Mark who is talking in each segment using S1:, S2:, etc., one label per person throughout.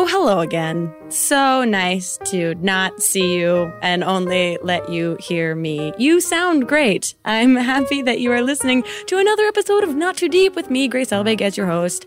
S1: Oh, Hello again. So nice to not see you and only let you hear me. You sound great. I'm happy that you are listening to another episode of Not Too Deep with me, Grace Elbig, as your host.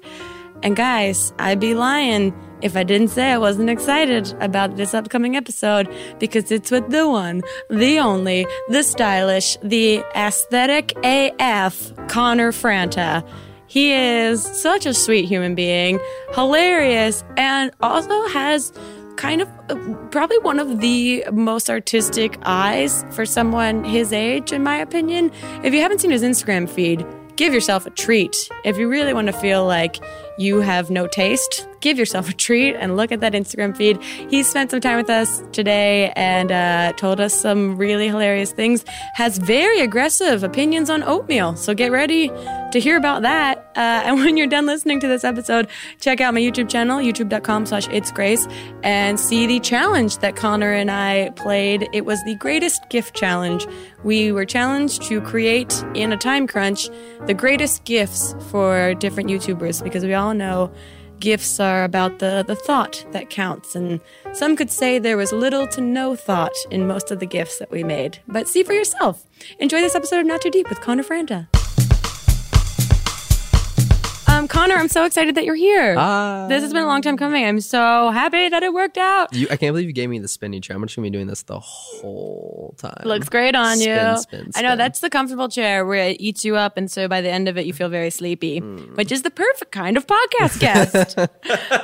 S1: And guys, I'd be lying if I didn't say I wasn't excited about this upcoming episode because it's with the one, the only, the stylish, the aesthetic AF, Connor Franta. He is such a sweet human being, hilarious, and also has kind of uh, probably one of the most artistic eyes for someone his age, in my opinion. If you haven't seen his Instagram feed, give yourself a treat. If you really want to feel like you have no taste, give yourself a treat and look at that Instagram feed. He spent some time with us today and uh, told us some really hilarious things. Has very aggressive opinions on oatmeal, so get ready to hear about that. Uh, and when you're done listening to this episode, check out my YouTube channel, youtube.com/slash It's Grace, and see the challenge that Connor and I played. It was the greatest gift challenge. We were challenged to create in a time crunch the greatest gifts for different YouTubers because we all know gifts are about the, the thought that counts, and some could say there was little to no thought in most of the gifts that we made. But see for yourself. Enjoy this episode of Not Too Deep with Connor Franta. Um, Connor, I'm so excited that you're here.
S2: Ah.
S1: this has been a long time coming. I'm so happy that it worked out.
S2: You, I can't believe you gave me the spinny chair. I'm just gonna be doing this the whole time.
S1: Looks great on
S2: Spin,
S1: you.
S2: spin,
S1: I know
S2: spin.
S1: that's the comfortable chair where it eats you up, and so by the end of it, you feel very sleepy,
S2: Hmm.
S1: which is the perfect kind of podcast guest.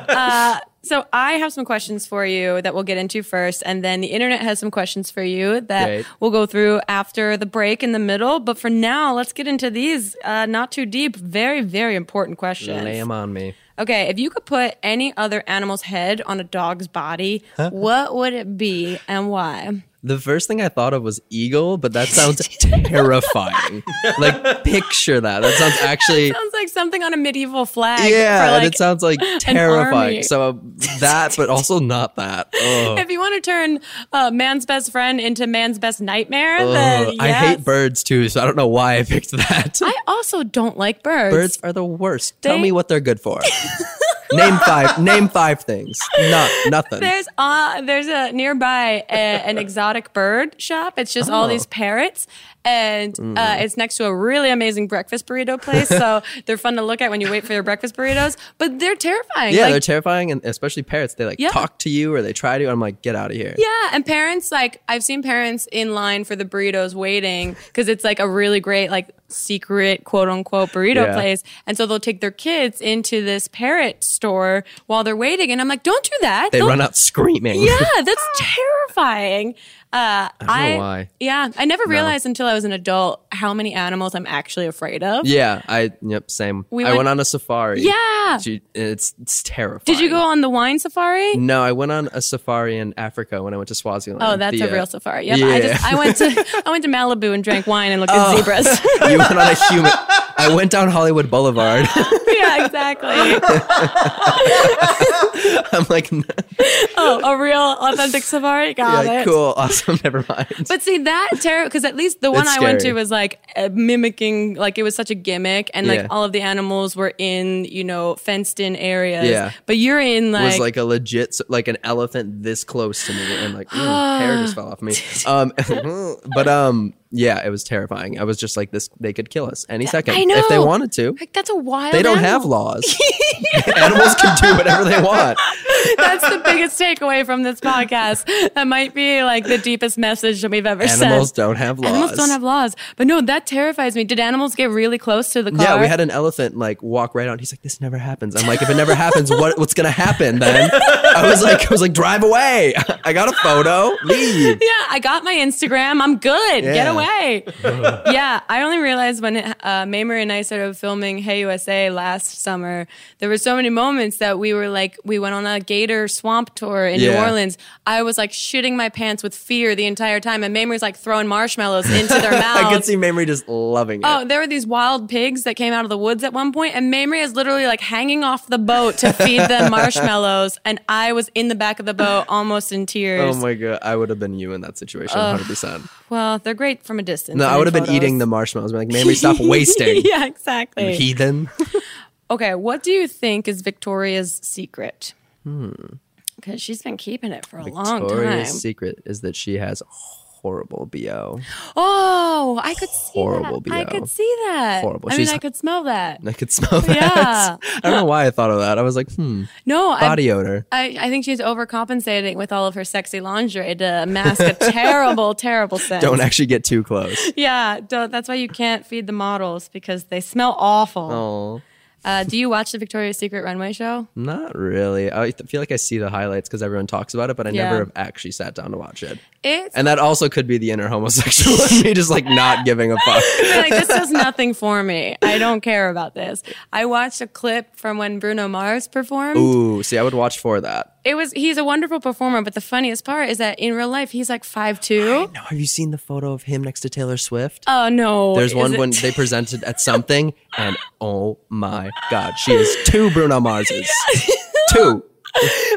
S1: uh, so I have some questions for you that we'll get into first, and then the internet has some questions for you that
S2: Great.
S1: we'll go through after the break in the middle. But for now, let's get into these uh, not too deep, very very important questions.
S2: Lay 'em on me.
S1: Okay, if you could put any other animal's head on a dog's body, what would it be and why?
S2: The first thing I thought of was eagle, but that sounds terrifying. like picture that. That sounds actually.
S1: Sounds like something on a medieval flag.
S2: yeah,
S1: for,
S2: and
S1: like,
S2: it sounds like
S1: army.
S2: terrifying. So um, that, but also not that. Ugh.
S1: If you want to turn uh, man's best friend into man's best nightmare, then
S2: Ugh. I hate
S1: Uh, yes.
S2: birds too, so I don't know why I picked that.
S1: I also don't like birds.
S2: birds are the worst. Tell
S1: They-
S2: me what they're good for. name five. Name five things. Not nothing.
S1: There's uh, there's a nearby uh an exotic bird shop. It's just all
S2: Oh. Mm.
S1: these parrots, and uh, it's next to a really amazing breakfast burrito place. so they're fun to look at when you wait for your breakfast burritos, but they're terrifying.
S2: Yeah,
S1: Like,
S2: they're terrifying, and especially parrots. They like
S1: Yeah.
S2: talk to you or they try to. And I'm like, get out of here.
S1: Yeah, and parents like I've seen parents in line for the burritos waiting because it's like a really great like secret quote unquote burrito
S2: Yeah.
S1: place, and so they'll take their kids into this parrot store while they're waiting, and I'm like, don't do that.
S2: They
S1: Don't-
S2: run out screaming.
S1: Yeah, that's terrifying. Uh, I,
S2: don't know why.
S1: Yeah, I never realized until I was an adult how many animals I'm actually afraid of.
S2: Yeah, I yep, same.
S1: We
S2: I
S1: went-
S2: went, on a safari.
S1: Yeah.
S2: Gee, it's it's terrifying.
S1: Did you go on the wine safari?
S2: No, I went on a safari in Africa when I went to Swaziland.
S1: Oh, that's
S2: The,
S1: a
S2: uh,
S1: real safari. Yep, I
S2: Yeah.
S1: just
S2: Oh.
S1: I went to I went to Malibu and drank wine and looked at zebras.
S2: you went on a human. I went down Hollywood Boulevard.
S1: yeah, exactly.
S2: I'm like, n-
S1: Oh, a real authentic safari. Got
S2: yeah,
S1: it.
S2: cool, awesome. Never mind.
S1: But see that terror because at least the one
S2: It's
S1: I went to
S2: scary.
S1: was like uh, mimicking, like it was such a gimmick, and like
S2: Yeah.
S1: all of the animals were in you know fenced in areas.
S2: Yeah.
S1: But you're in like,
S2: was like a legit s- like an elephant this close to me and like mm, hair just fell off me um but um yeah it was terrifying i was just like this they could kill us any second
S1: I
S2: if they
S1: know.
S2: wanted to
S1: like, that's a wild.
S2: they don't
S1: animal.
S2: have laws animals can do whatever they want
S1: That's the biggest takeaway from this podcast. That might be like the deepest message that we've ever
S2: animals
S1: said.
S2: don't have laws
S1: Animals don't have laws. But no, that terrifies me. Did animals get really close to the car?
S2: yeah, we had an elephant like walk right out. He's like, "This never happens." I'm like, "If it never happens, what what's gonna happen then?" I was like, "I was like, drive away." I got a photo. Leave.
S1: yeah, I got my Instagram. I'm good. Get
S2: Yeah.
S1: away. yeah, I only realized when uh, Mamer and I started filming Hey USA last summer, there were so many moments that we were like, we went on a gator swamp tour in New
S2: Yeah.
S1: Orleans. I was like shitting my pants with fear the entire time, and Mamer's like throwing marshmallows into their mouths.
S2: I could see Mamrie just loving it.
S1: Oh, there were these wild pigs that came out of the woods at one point, and Mamrie is literally like hanging off the boat to feed them marshmallows, and I was in the back of the boat almost in tears.
S2: Oh my god, I would have been you in that situation, hundred percent.
S1: Well, they're great from a distance.
S2: No, I
S1: in
S2: would have been
S1: photos.
S2: eating the marshmallows. Be like, Mamrie, stop wasting.
S1: yeah,
S2: You
S1: exactly.
S2: heathen.
S1: okay, what do you think is Victoria's secret? because she's been keeping it for a long time.
S2: Hmm. Victoria's secret is that she has horrible BO.
S1: Oh, I could see
S2: Horrible
S1: that. I
S2: BO.
S1: could see that.
S2: Horrible.
S1: I
S2: She's-
S1: mean, I could smell that.
S2: I could smell that. I don't know why I thought of that. I was like, hmm,
S1: No, I,
S2: body odor.
S1: I, I think she's overcompensating with all of her sexy lingerie to mask a terrible, terrible scent.
S2: Don't actually get too close.
S1: Yeah, don't, that's why you can't feed the models because they smell awful.
S2: Oh,
S1: Uh, do you watch the Victoria's Secret runway show?
S2: not really. I th- feel like I see the highlights because everyone talks about it, but I
S1: Yeah.
S2: never have actually sat down to watch it.
S1: It's
S2: And that also could be the inner homosexual in me, just like not giving a fuck.
S1: like this does nothing for me. I don't care about this. I watched a clip from when Bruno Mars performed.
S2: Ooh, see, I would watch for that.
S1: It was he's a wonderful performer, but the funniest part is that in real life he's like five two.
S2: Now, have you seen the photo of him next to Taylor Swift?
S1: Oh no!
S2: There's
S1: is
S2: one
S1: it-
S2: when they presented at something, and oh my god, she is two Bruno Marses. two.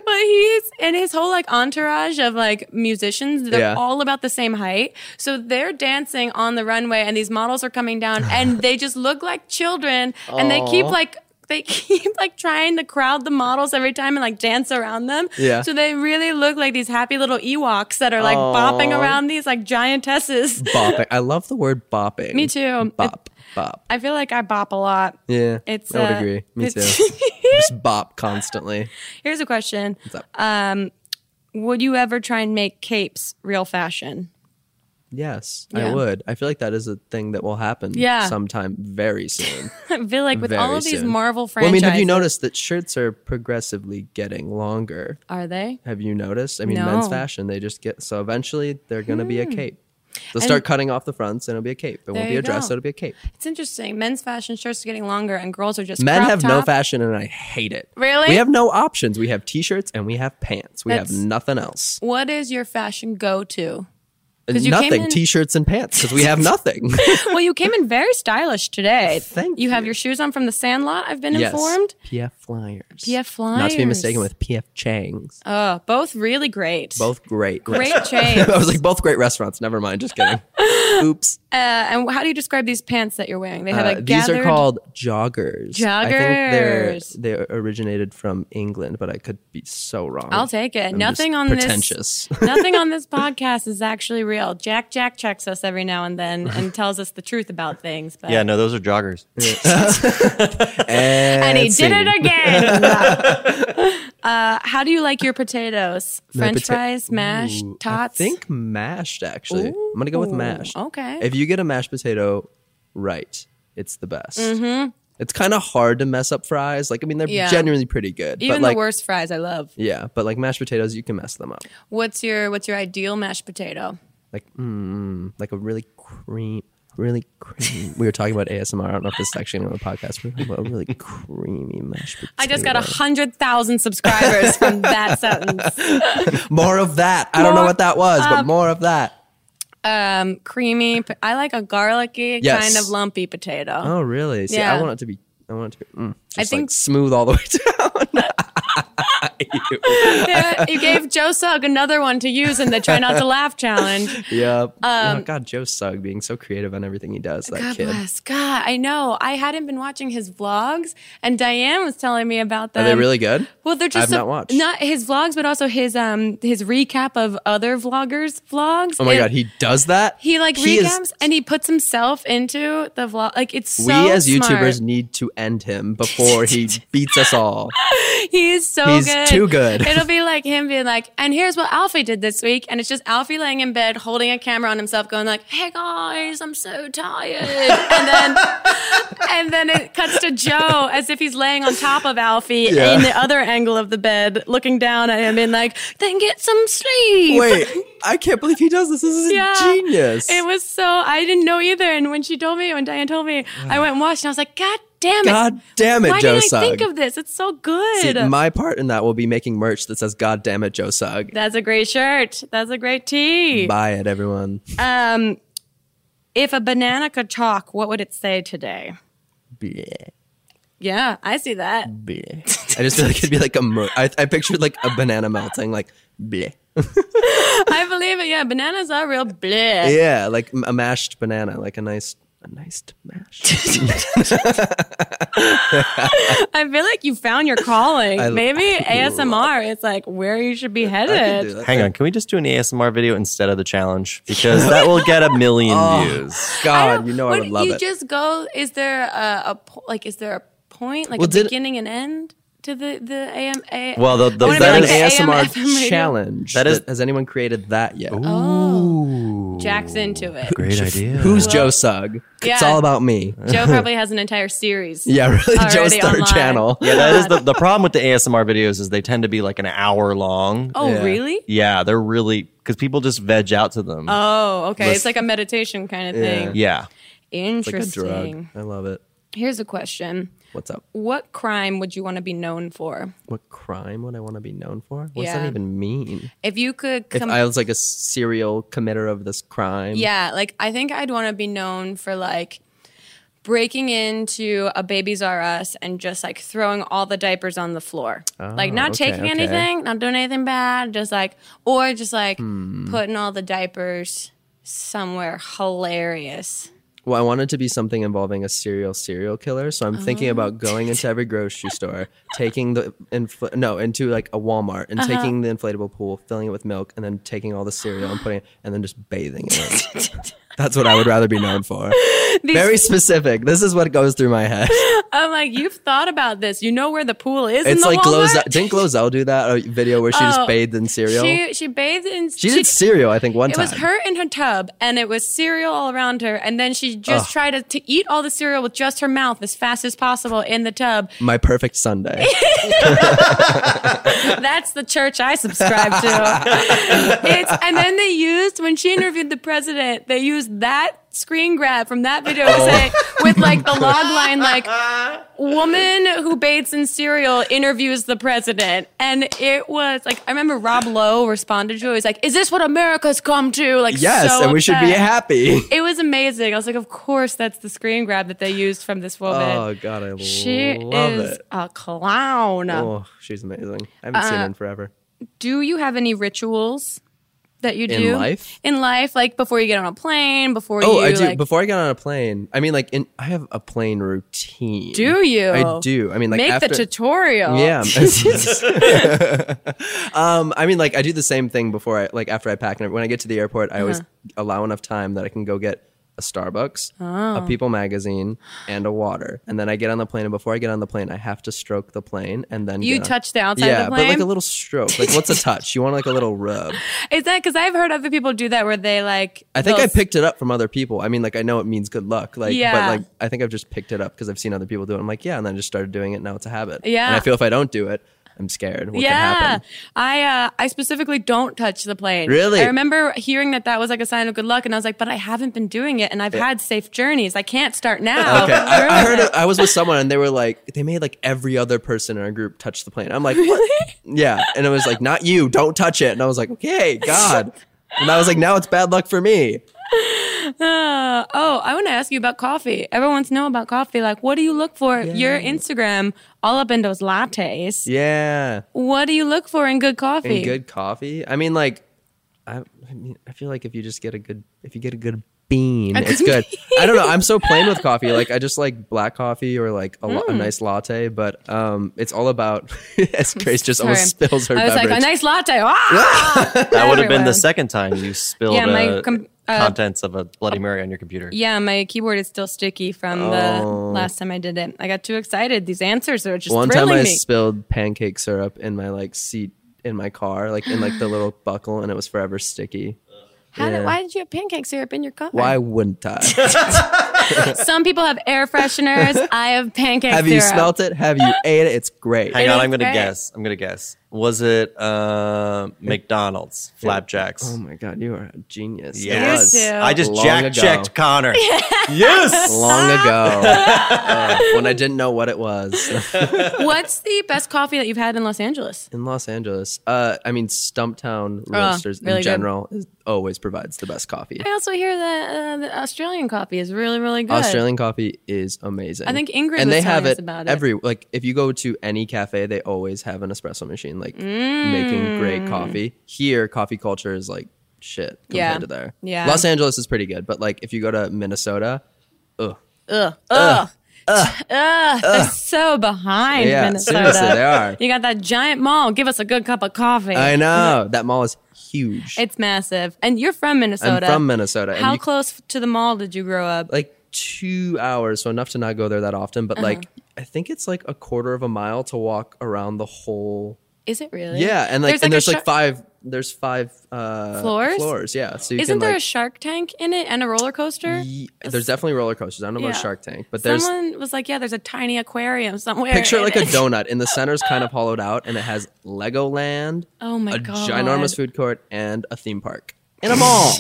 S1: but he's and his whole like entourage of like musicians they're
S2: Yeah.
S1: all about the same height so they're dancing on the runway and these models are coming down and they just look like children and they keep
S2: Aw.
S1: like they keep like trying to crowd the models every time and like dance around them.
S2: Yeah.
S1: So they really look like these happy little Ewoks that are like bopping
S2: Aw.
S1: around these like giantesses.
S2: Bopping. I love the word bopping.
S1: Me too.
S2: Bop, bop.
S1: I feel like I bop a lot.
S2: Yeah,
S1: It's,
S2: I would
S1: uh,
S2: agree. Me too.
S1: it's-
S2: Just bop constantly.
S1: Here's a question.
S2: What's up?
S1: Um, would you ever try and make capes real fashion?
S2: yes,
S1: yeah.
S2: I would. I feel like that is a thing that will happen.
S1: Yeah.
S2: sometime very soon.
S1: I feel like with all
S2: Very
S1: of these
S2: soon.
S1: Marvel
S2: well, I
S1: franchises,
S2: mean, have you noticed that shirts are progressively getting longer?
S1: Are they?
S2: Have you noticed? I mean, men's
S1: No. Hmm.
S2: fashion, they just get so eventually they're going to be a cape. They'll start cutting off the fronts and it'll be a cape. It
S1: There
S2: won't be
S1: you
S2: a dress,
S1: go.
S2: it'll be a cape.
S1: It's interesting. Men's fashion shirts are getting longer, and girls are just
S2: Men
S1: crop
S2: have no
S1: top.
S2: fashion and I hate it.
S1: Really?
S2: We have no options. We have t shirts and we have pants. We
S1: That's-
S2: have nothing else.
S1: What is your fashion go to? 'Cause you came
S2: Nothing.
S1: in-
S2: T shirts and pants because we have nothing.
S1: well, you came in very stylish today.
S2: Thank
S1: you. have
S2: you.
S1: your shoes on from the Sandlot. I've been informed.
S2: Yes. PF Flyers.
S1: PF
S2: Not to be
S1: Flyers.
S2: mistaken with PF Chang's.
S1: Oh, both really great.
S2: Both great.
S1: great
S2: restaurants.
S1: chains.
S2: I was like, both great restaurants. Never mind. Just kidding. Oops.
S1: Uh, and how do you describe these pants that you're wearing? They have
S2: Uh,
S1: a
S2: these
S1: gathered.
S2: are called joggers. I think they're
S1: Joggers.
S2: they originated from England, but I could be so wrong.
S1: I'll take it.
S2: I'm
S1: Nothing
S2: just
S1: on this.
S2: pretentious.
S1: Nothing on this podcast is actually real. Jack Jack checks us every now and then and tells us the truth about things. But
S3: Yeah, no, those are joggers.
S1: and he
S2: scene.
S1: did it again. uh, how do you like your potatoes?
S2: My
S1: French
S2: pota-
S1: fries, mashed,
S2: Ooh,
S1: tots.
S2: I think mashed. Actually, I'm gonna go with
S1: Ooh,
S2: mashed.
S1: okay.
S2: If you get a mashed potato right, it's the best. It's kind of hard to mess up fries. Like I mean, they're
S1: Mm-hmm. Yeah.
S2: genuinely pretty good.
S1: even
S2: but like,
S1: the worst fries I love.
S2: Yeah, but like mashed potatoes, you can mess them up.
S1: What's your what's your ideal mashed potato?
S2: Like, mm, like a really cream, really cream. we were talking about ASMR. I don't know if this is actually on the podcast. We were talking about a really creamy mashed potato.
S1: I just got a hundred thousand subscribers from that sentence.
S2: more of that. I don't know
S1: More
S2: what that was, but more of that.
S1: Um, creamy. po- I like a garlicky
S2: Yes.
S1: kind of lumpy potato.
S2: Oh, really? See,
S1: Yeah.
S2: I want it to be. I want it to be. Mm, just
S1: think-
S2: like smooth all the way down.
S1: Yeah, you gave Joe Sugg another one to use in the try not to laugh challenge.
S2: yep. oh, God, Joe Sugg being so creative on everything he does. That
S1: Um, God
S2: kid.
S1: bless. God, I know. I hadn't been watching his vlogs, and Diane was telling me about them.
S2: Are they really good?
S1: Well, they're just
S2: I've
S1: a-
S2: not watched.
S1: not his vlogs, but also his um his recap of other vloggers' vlogs.
S2: oh my
S1: And
S2: God, he does that.
S1: he like
S2: is-
S1: recaps and he puts himself into the vlog. Like it's so
S2: we as
S1: smart.
S2: YouTubers need to end him before he beats us all.
S1: He's so
S2: He's
S1: good.
S2: too good.
S1: It'll be like him being like, and here's what Alfie did this week. And it's just Alfie laying in bed holding a camera on himself, going like, Hey guys, I'm so tired. And then and then it cuts to Joe as if he's laying on top of Alfie
S2: Yeah.
S1: in the other angle of the bed, looking down at him and like, then get some sleep.
S2: Wait, I can't believe he does this. This is
S1: Yeah.
S2: genius.
S1: It was so I didn't know either. And when she told me, when Diane told me, I went and watched and I was like, God damn it.
S2: Mm. God damn it,
S1: Why
S2: Joe
S1: didn't I think
S2: Sugg.
S1: of this? It's so good.
S2: See, my part in that will be making merch that says "God damn it, Joe Sugg."
S1: That's a great shirt. That's a great tee.
S2: Buy it, everyone.
S1: Um, if a banana could talk, what would it say today?
S2: Bleh.
S1: Yeah, I see that.
S2: bleh. I just feel like it'd be like a. Mer- I, I pictured like a banana melting, like bleh.
S1: I believe it. Yeah, bananas are real bleh.
S2: Yeah, like m- a mashed banana, like a nice, a nice mashed Smash.
S1: I feel like you found your calling.
S2: I-
S1: Maybe ASMR is like where you should be
S2: I can do
S1: headed.
S2: that.
S3: Hang on, can we just do an ASMR video instead of the challenge? Because that will get a million
S1: Oh.
S3: views.
S1: I
S2: God,
S1: don't-
S2: you know I would love
S1: you
S2: it.
S1: just go. Is there a, a po- like? Is there a point like
S2: Well,
S1: a
S2: did-
S1: beginning and end to the the AM? A-
S3: Well, the, the
S1: wanna be
S3: that
S1: like
S3: is
S1: that.
S2: That is
S1: AM,
S2: an
S1: FM radio.
S2: ASMR challenge.
S3: That
S2: That
S3: is-
S2: is. has anyone created that yet?
S1: Oh. Jack's into it.
S3: great idea.
S2: Who's Joe Sugg? It's
S1: Yeah.
S2: all about me.
S1: Joe probably has an entire series.
S2: Yeah, really. Joe's
S1: Already
S2: third
S1: online.
S2: channel.
S3: yeah, that is the, the problem with the ASMR videos is they tend to be like an hour long.
S1: Oh,
S2: Yeah.
S1: really?
S3: Yeah, they're really because people just veg out to them.
S1: Oh, okay.
S3: Let's-
S1: it's like a meditation kind of thing.
S3: yeah.
S2: Like a
S1: Interesting.
S2: drug. I love it.
S1: Here's a question.
S2: What's up?
S1: What crime would you want to be known for?
S2: What crime would I want to be known for? What's
S1: Yeah.
S2: that even mean?
S1: If you could
S2: If
S1: come
S2: I was like a serial committer of this crime,
S1: Yeah, like I think I'd want to be known for like breaking into a Babies R Us and just like throwing all the diapers on the floor. like
S2: Oh,
S1: not
S2: okay,
S1: taking
S2: okay.
S1: anything, not doing anything bad, just like or just like
S2: Hmm.
S1: putting all the diapers somewhere hilarious.
S2: Well, I wanted to be something involving a serial serial killer, so I'm thinking
S1: Oh.
S2: about going into every grocery store, taking the infl- no into like a Walmart
S1: Uh-huh.
S2: and taking the inflatable pool, filling it with milk, and then taking all the cereal and putting it, and then just bathing in it. That's what I would rather be known for.
S1: These-
S2: Very specific. This is what goes through my head.
S1: I'm like, you've thought about this. You know where the pool is. in
S2: It's
S1: the
S2: like uh, Glozell.
S1: Walmart?
S2: Didn't Glozell do that a video where she
S1: Oh,
S2: just bathed in cereal? She,
S1: She she bathed in.
S2: did cereal, I think, one
S1: It
S2: time.
S1: was her in her tub, and it was cereal all around her. And then she just tried to, to eat all the cereal with just her mouth as fast as possible in the tub.
S2: My perfect Sunday.
S1: That's the church I subscribe to. it's, and then they used when she interviewed the president, they used that screen grab from that video to say,
S2: Oh.
S1: with like the log line, like woman who bathes in cereal interviews the president. And it was like I remember Rob Lowe responded to it. He's like, Is this what America's come to? Like
S2: yes,
S1: so
S2: and we should be
S1: upset.
S2: happy.
S1: It was amazing. I was like, of course, that's the screen grab that they used from this woman.
S2: Oh God, I
S1: she
S2: love
S1: is
S2: it.
S1: a clown.
S2: Oh, she's amazing. I haven't
S1: Uh,
S2: seen her in forever.
S1: Do you have any rituals that you
S2: In
S1: do
S2: life?
S1: In life, like before you get on a plane, before
S2: Oh,
S1: you
S2: I do.
S1: like,
S2: Before I get on a plane, I mean, like, in, I have a plane routine.
S1: do you?
S2: I do. I mean, like,
S1: make
S2: after,
S1: the tutorial.
S2: Yeah. um, I mean, like, I do the same thing before I, like, after I pack. And when I get to the airport, I always
S1: Uh-huh.
S2: allow enough time that I can go get a Starbucks,
S1: Oh.
S2: a People magazine, and a water. And then I get on the plane. And before I get on the plane, I have to stroke the plane and then
S1: You
S2: get on-
S1: touch the outside of
S2: yeah,
S1: the
S2: but like a
S1: plane?
S2: little stroke. Like, what's a touch? You want like a little rub.
S1: Is that because I've heard other people do that where they like?
S2: I think I
S1: they'll-
S2: picked it up from other people. I mean, like I know it means good luck, like,
S1: Yeah.
S2: but like I think I've just picked it up because I've seen other people do it. I'm like, yeah, and then I just started doing it. Now it's a habit.
S1: Yeah.
S2: and I feel if I don't do it, I'm scared. What
S1: yeah,
S2: can happen?
S1: I uh, I specifically don't touch the plane.
S2: Really?
S1: I remember hearing that that was like a sign of good luck, and I was like, but I haven't been doing it, and I've had safe journeys. I can't start now.
S2: Okay, I, I heard it, I was with someone and they were like, they made like every other person in our group touch the plane. I'm like, what? yeah, and it was like, not you, don't touch it. And I was like, okay, God. And I was like, now it's bad luck for me.
S1: Uh, oh, I want to ask you about coffee. Everyone wants to know about coffee. Like, what do you look for? Your Instagram all up in those lattes.
S2: Yeah.
S1: What do you look for in good coffee?
S2: And good coffee. I mean, like, I, I mean, I feel like if you just get a good, if you get a good bean, it's good. I don't know. I'm so plain with coffee. Like, I just like black coffee or like a,
S1: Mm.
S2: la- a nice latte. But um, it's all about. as Grace just almost
S1: Sorry.
S2: spills her
S1: I was
S2: beverage.
S1: like, a nice latte. Ah!
S3: That would have been
S1: Everywhere.
S3: the second time you spilled
S1: Yeah, my
S3: a-
S1: com- uh,
S3: contents of a Bloody Mary on your computer.
S1: Yeah, my keyboard is still sticky from the last time I did it. I got too excited. These answers are just
S2: Oh. One time
S1: thrilling
S2: I
S1: me.
S2: spilled pancake syrup in my like seat in my car, like in like the little buckle, and it was forever sticky.
S1: How did,
S2: yeah.
S1: why did you have pancake syrup in your coffee?
S2: Why wouldn't I?
S1: Some people have air fresheners. I have pancake
S2: Have
S1: syrup.
S2: you smelt it? Have you ate it? It's great.
S3: Hang
S1: It
S3: on,
S1: is
S3: I'm gonna
S1: great.
S3: guess. I'm gonna guess. Was it uh, McDonald's flapjacks?
S2: Oh my god, you are a genius. It
S3: yes,
S1: You too.
S3: I just
S2: Long
S3: jack
S2: ago.
S3: checked Connor. yes.
S2: long ago uh, when I didn't know what it was
S1: What's the best coffee that you've had in Los Angeles?
S2: in Los Angeles. Uh, I mean, Stumptown
S1: Oh,
S2: Roasters
S1: really
S2: in
S1: good.
S2: general is, always provides the best coffee.
S1: I also hear that uh, the Australian coffee is really, really good.
S2: Australian coffee is amazing.
S1: I think Ingrid
S2: and
S1: was
S2: they have
S1: telling
S2: it
S1: us about it.
S2: every like if you go to any cafe, they always have an espresso machine like making
S1: Mm.
S2: great coffee. Here, coffee culture is like shit compared
S1: Yeah.
S2: to there.
S1: Yeah.
S2: Los Angeles is pretty good, but like if you go to Minnesota, ugh,
S1: Ugh. Ugh. Ugh. They're so behind
S2: Yeah,
S1: Minnesota.
S2: seriously, they are.
S1: You got that giant mall. Give us a good cup of coffee.
S2: I know that mall is huge.
S1: It's massive. And you're from
S2: I'm
S1: Minnesota.
S2: from Minnesota. and
S1: How
S2: you,
S1: close to the mall did you grow up?
S2: Like two hours, so enough to not go there that often. But like,
S1: Uh-huh.
S2: I think it's like a quarter of a mile to walk around the whole.
S1: Is it really?
S2: Yeah, and like, and
S1: a
S2: there's like
S1: shar-
S2: five. There's five uh,
S1: Floors?
S2: Floors, yeah. So you
S1: Isn't
S2: can,
S1: there
S2: like,
S1: a Shark Tank in it and a roller coaster?
S2: Ye- there's definitely roller coasters. I don't know about
S1: Yeah.
S2: Shark Tank, but there's
S1: Someone was like, "Yeah, there's a tiny aquarium somewhere."
S2: picture
S1: in
S2: like a
S1: it.
S2: donut, and the center's kind of hollowed out, and it has Legoland,
S1: Oh my
S2: a
S1: god!
S2: ginormous food court, and a theme park in a mall.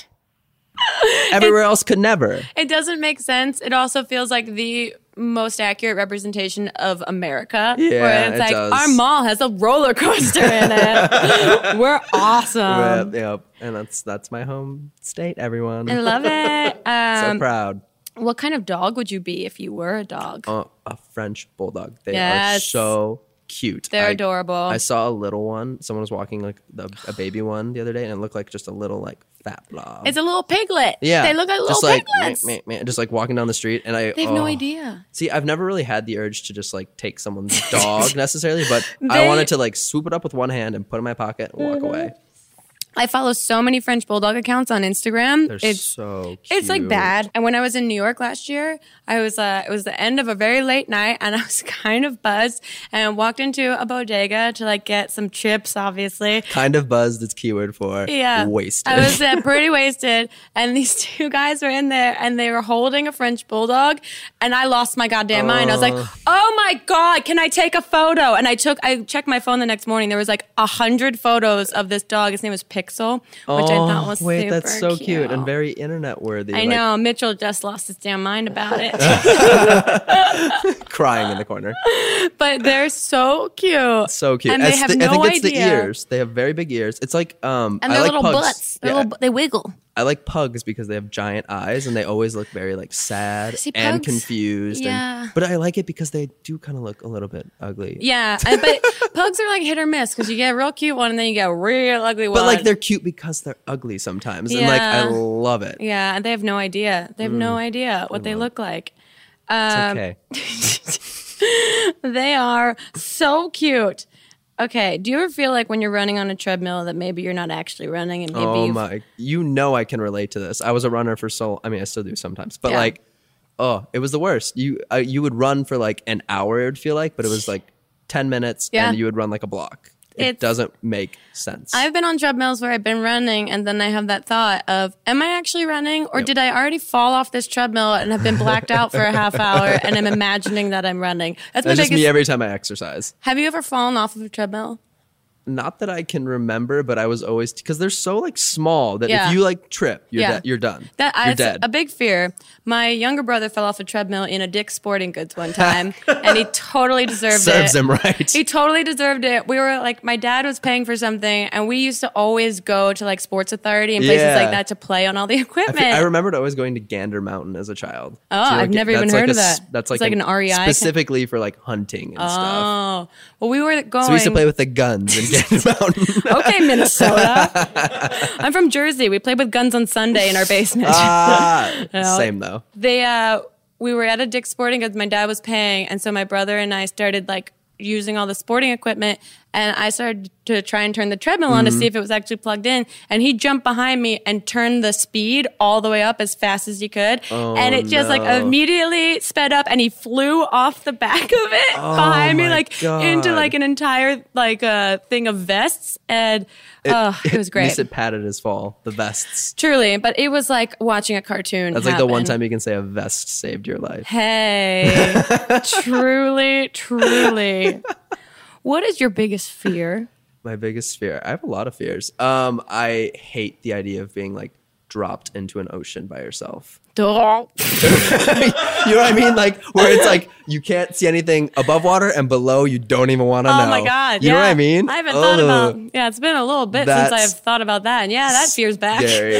S2: Everywhere else could never.
S1: It doesn't make sense. It also feels like the most accurate representation of America.
S2: Yeah,
S1: where it's
S2: it
S1: like
S2: does.
S1: our mall has a roller coaster in it. We're awesome.
S2: Yep, yep. And that's that's my home state. Everyone,
S1: I love it.
S2: so
S1: Um,
S2: proud.
S1: what kind of dog would you be if you were a dog?
S2: Uh, a French bulldog. They
S1: Yes.
S2: are so cute.
S1: They're
S2: I-
S1: adorable.
S2: I saw a little one. Someone was walking like the, a baby one the other day, and it looked like just a little like fat blob.
S1: it's a little piglet.
S2: yeah,
S1: they look like little
S2: just like
S1: piglets.
S2: meh, meh, meh, just like walking down the street, and I
S1: They have no
S2: oh.
S1: idea.
S2: See, I've never really had the urge to just like take someone's dog necessarily, but
S1: They- Mm-hmm.
S2: I wanted to like swoop it up with one hand and put it in my pocket and walk away.
S1: I follow so many French bulldog accounts on Instagram.
S2: They're
S1: it's
S2: so cute.
S1: It's like bad. And when I was in New York last year, I was uh, it was the end of a very late night, and I was kind of buzzed, and walked into a bodega to like get some chips, obviously.
S2: Kind of buzzed. It's keyword for
S1: Yeah,
S2: wasted.
S1: I was uh, pretty wasted, and these two guys were in there, and they were holding a French bulldog, and I lost my goddamn mind. I was
S2: Uh.
S1: like, "Oh my god, can I take a photo?" And I took, I checked my phone the next morning. There was like a hundred photos of this dog. His name was Pixel, which I thought was
S2: Oh, wait,
S1: super
S2: that's so cute. and
S1: cute.
S2: very internet worthy.
S1: I
S2: like,
S1: know Mitchell just lost his damn mind about it,
S2: crying in the corner.
S1: but they're so cute.
S2: So cute.
S1: And they
S2: It's
S1: have
S2: the- I
S1: no
S2: think it's
S1: idea.
S2: the ears. They have very big ears. It's like um
S1: and
S2: I
S1: their
S2: like
S1: little
S2: pugs.
S1: butts, their
S2: Yeah,
S1: little, they wiggle.
S2: I like pugs because they have giant eyes and they always look very like sad
S1: See,
S2: and
S1: pugs-
S2: confused. and-
S1: yeah.
S2: but I like it because they do kind of look a little bit ugly.
S1: Yeah, and- but pugs are like hit or miss because you get a real cute one and then you get a real ugly one.
S2: But like they're cute because they're ugly sometimes. And like I
S1: Yeah.
S2: love it.
S1: yeah, and they have no idea. They have no
S2: Mm.
S1: idea what they look like.
S2: It's okay.
S1: They are so cute. Okay, do you ever feel like when you're running on a treadmill that maybe you're not actually running and maybe
S2: Oh
S1: you've-
S2: my! You know I can relate to this. I was a runner for so. I mean, I still do sometimes, but
S1: Yeah.
S2: like, oh, it was the worst. You uh, you would run for like an hour. It would feel like, but it was like ten minutes,
S1: Yeah.
S2: and you would run like a block. It
S1: It's-
S2: doesn't make sense.
S1: I've been on treadmills where I've been running, and then I have that thought of, am I actually running, or did I already fall off this treadmill and have been blacked out for a half hour, and I'm imagining that I'm running? That's my
S2: That's just
S1: biggest.
S2: me every time I exercise.
S1: have you ever fallen off of a treadmill?
S2: Not that I can remember, but I was always because they're so like small that
S1: Yeah.
S2: if you like trip, you're
S1: Yeah.
S2: de- you're done.
S1: That I,
S2: you're
S1: it's
S2: dead.
S1: a big fear. My younger brother fell off a treadmill in a Dick's Sporting Goods one time, and he totally deserved
S2: Serves
S1: it.
S2: him right.
S1: He totally deserved it. We were like, my dad was paying for something, and we used to always go to like Sports Authority and places
S2: Yeah.
S1: like that to play on all the
S2: I,
S1: equipment.
S2: fe- I remembered always going to Gander Mountain as a child. Oh,
S1: I've never even heard of that.
S2: That's
S1: It's like an E REI kind-
S2: specifically for like hunting and stuff.
S1: oh, well, we were going.
S2: So we used to play with the guns in Gander Mountain.
S1: okay, Minnesota. I'm from Jersey. We played with guns on Sunday in our basement.
S2: ah,
S1: know?
S2: same though.
S1: they uh we were at a Dick's Sporting Goods. My dad was paying, and so my brother and I started like using all the sporting equipment, and I started to try and turn the treadmill on
S2: Mm-hmm.
S1: to see if it was actually plugged in. And he jumped behind me and turned the speed all the way up as fast as he could, and it just
S2: Oh, no.
S1: like immediately sped up, and he flew off the back of it behind me,
S2: Oh my
S1: like into
S2: God.
S1: like an entire like uh, thing of vests, and it, it, was
S2: At
S1: great.
S2: least it patted his fall. The vests.
S1: Truly, but it was like watching a cartoon.
S2: That's like the one
S1: happen.
S2: time you can say a vest saved your life.
S1: Hey, truly, truly. What is your biggest fear?
S2: My biggest fear. I have a lot of fears. Um, I hate the idea of being like dropped into an ocean by yourself.
S1: Duh.
S2: You know what I mean? Like where it's like you can't see anything above water and below you don't even want to know.
S1: Oh my god!
S2: You know what
S1: yeah.
S2: I mean?
S1: I haven't thought
S2: Ugh.
S1: about. Yeah, it's been a little bit since
S2: That's
S1: I've thought about that. And yeah, that fear's back.
S2: Scary.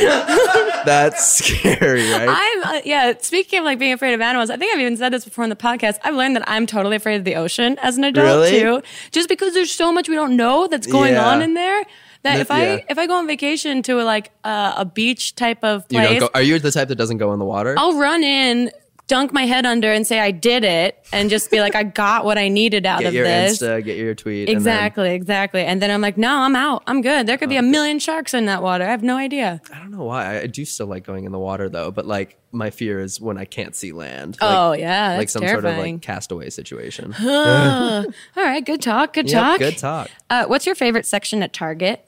S2: That's scary, right?
S1: I'm uh, yeah. Speaking of like being afraid of animals, I think I've even said this before on the podcast. I've learned that I'm totally afraid of the ocean as an adult
S2: Really?
S1: too, just because there's so much we don't know that's going
S2: Yeah.
S1: on in there. That
S2: Th-
S1: if I
S2: yeah.
S1: if I go on vacation to like uh, a beach type of
S2: you
S1: place,
S2: don't go, are you the type that doesn't go in the water?
S1: I'll run in dunk my head under and say I did it and just be like, I got what I needed out
S2: Get
S1: of
S2: your
S1: this.
S2: Insta, get your tweet. and then-
S1: Exactly, exactly. And then I'm like, no, I'm out. I'm good. There could be a million sharks in that water. I have no idea.
S2: I don't know why. I- I do still like going in the water though, but like my fear is when I can't see land.
S1: Oh,
S2: Like-
S1: yeah,
S2: Like
S1: that's
S2: some sort of
S1: terrifying.
S2: like castaway situation.
S1: All right, good talk. Good
S2: Yep,
S1: talk.
S2: good talk.
S1: Uh, what's your favorite section at Target?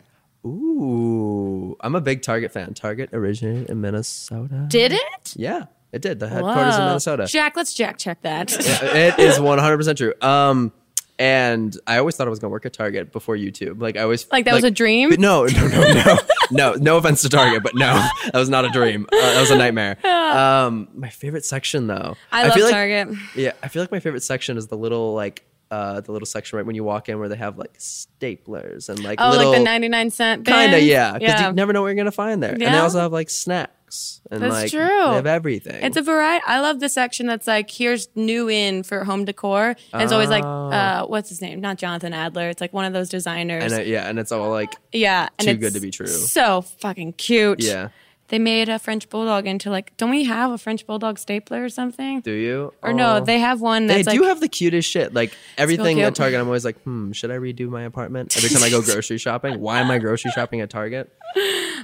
S2: Ooh, I'm a big Target fan. Target originated in Minnesota.
S1: Did it?
S2: yeah, it did. The headquarters Mm-hmm. in
S1: Whoa.
S2: Minnesota.
S1: Jack, let's Jack check that.
S2: it is 100% true. Um, and I always thought I was gonna work at Target before YouTube. Like I always
S1: Like, that was a dream?
S2: but No, no, no, no, no. No offense to Target, but no, that was not a dream. Uh, that was a nightmare. Um, my favorite section though.
S1: I love
S2: feel like-
S1: Target.
S2: Yeah, I feel like my favorite section is the little like uh the little section right when you walk in where they have like staplers and like
S1: Oh,
S2: little
S1: like the 99 cent bin?
S2: kind of yeah because
S1: yeah.
S2: you never know what you're gonna find there and they
S1: Yeah.
S2: also have like snacks and
S1: That's
S2: like
S1: true.
S2: they have everything.
S1: It's a variety. I love the section that's like, here's new in for home decor. And it's always like,
S2: Oh.
S1: uh, what's his name? Not Jonathan Adler. It's like one of those designers.
S2: and uh, yeah, and it's all like
S1: yeah. And
S2: too
S1: it's
S2: good to be true.
S1: So fucking cute.
S2: yeah.
S1: They made a French bulldog into like, don't we have a French bulldog stapler or something?
S2: Do you
S1: or no,
S2: Oh.
S1: they have one
S2: They
S1: that's like,
S2: do have the cutest shit. Like everything
S1: cute.
S2: at Target, I'm always like, hmm, should I redo my apartment? Every time I go grocery shopping, why am I grocery shopping at Target?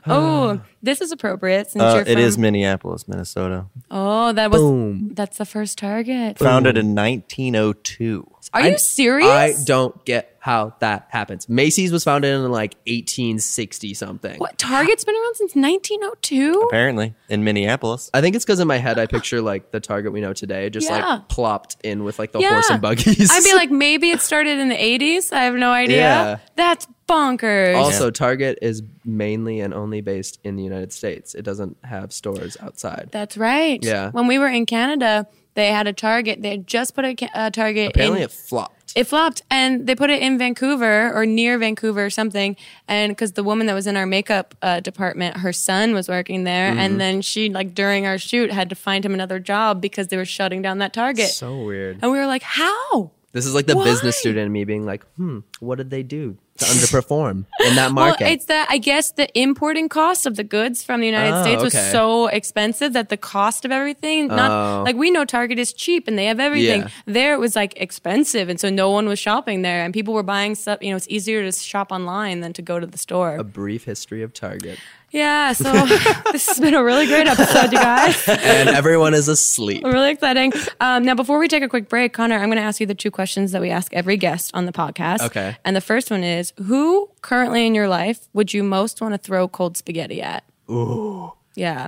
S1: oh, this is appropriate since
S3: Uh,
S1: you're
S3: it
S1: from-
S3: is Minneapolis, Minnesota.
S1: Oh, that was
S2: Boom.
S1: that's the first target.
S3: Founded in 1902.
S1: Are
S2: I-
S1: you serious?
S2: I don't get how that happens. Macy's was founded in like 1860 something.
S1: what Target's been around since 1902?
S3: Apparently in Minneapolis.
S2: I think it's because in my head I picture like the Target we know today just
S1: Yeah.
S2: like plopped in with like the
S1: Yeah.
S2: horse and buggies.
S1: I'd be like, maybe it started in the 80s. I have no idea.
S2: Yeah.
S1: That's bonkers.
S2: also, Target is mainly and only based in the United States. It doesn't have stores outside.
S1: That's right.
S2: Yeah.
S1: When we were in Canada, they had a Target. They had just put a, ca- a Target
S2: Apparently,
S1: in.
S2: it flopped.
S1: It flopped, and they put it in Vancouver or near Vancouver or something. And because the woman that was in our makeup uh, department, her son was working there,
S2: Mm-hmm.
S1: and then she like during our shoot had to find him another job because they were shutting down that Target.
S2: so weird.
S1: and we were like, "How?"
S2: This is like the business
S1: Why?
S2: student in me being like, hmm, what did they do to underperform in that market?
S1: Well, it's that I guess the importing cost of the goods from the United
S2: Oh,
S1: States was
S2: okay.
S1: so expensive that the cost of everything, not
S2: Oh.
S1: like we know Target is cheap and they have everything.
S2: Yeah.
S1: There it was like expensive, and so no one was shopping there, and people were buying stuff. You know, it's easier to shop online than to go to the store.
S2: a brief history of Target.
S1: yeah, so this has been a really great episode, you guys.
S2: And everyone is asleep.
S1: Really exciting. Um, now, before we take a quick break, Connor, I'm going to ask you the two questions that we ask every guest on the podcast.
S2: Okay.
S1: And the first one is Who currently in your life would you most want to throw cold spaghetti at? Ooh. Yeah.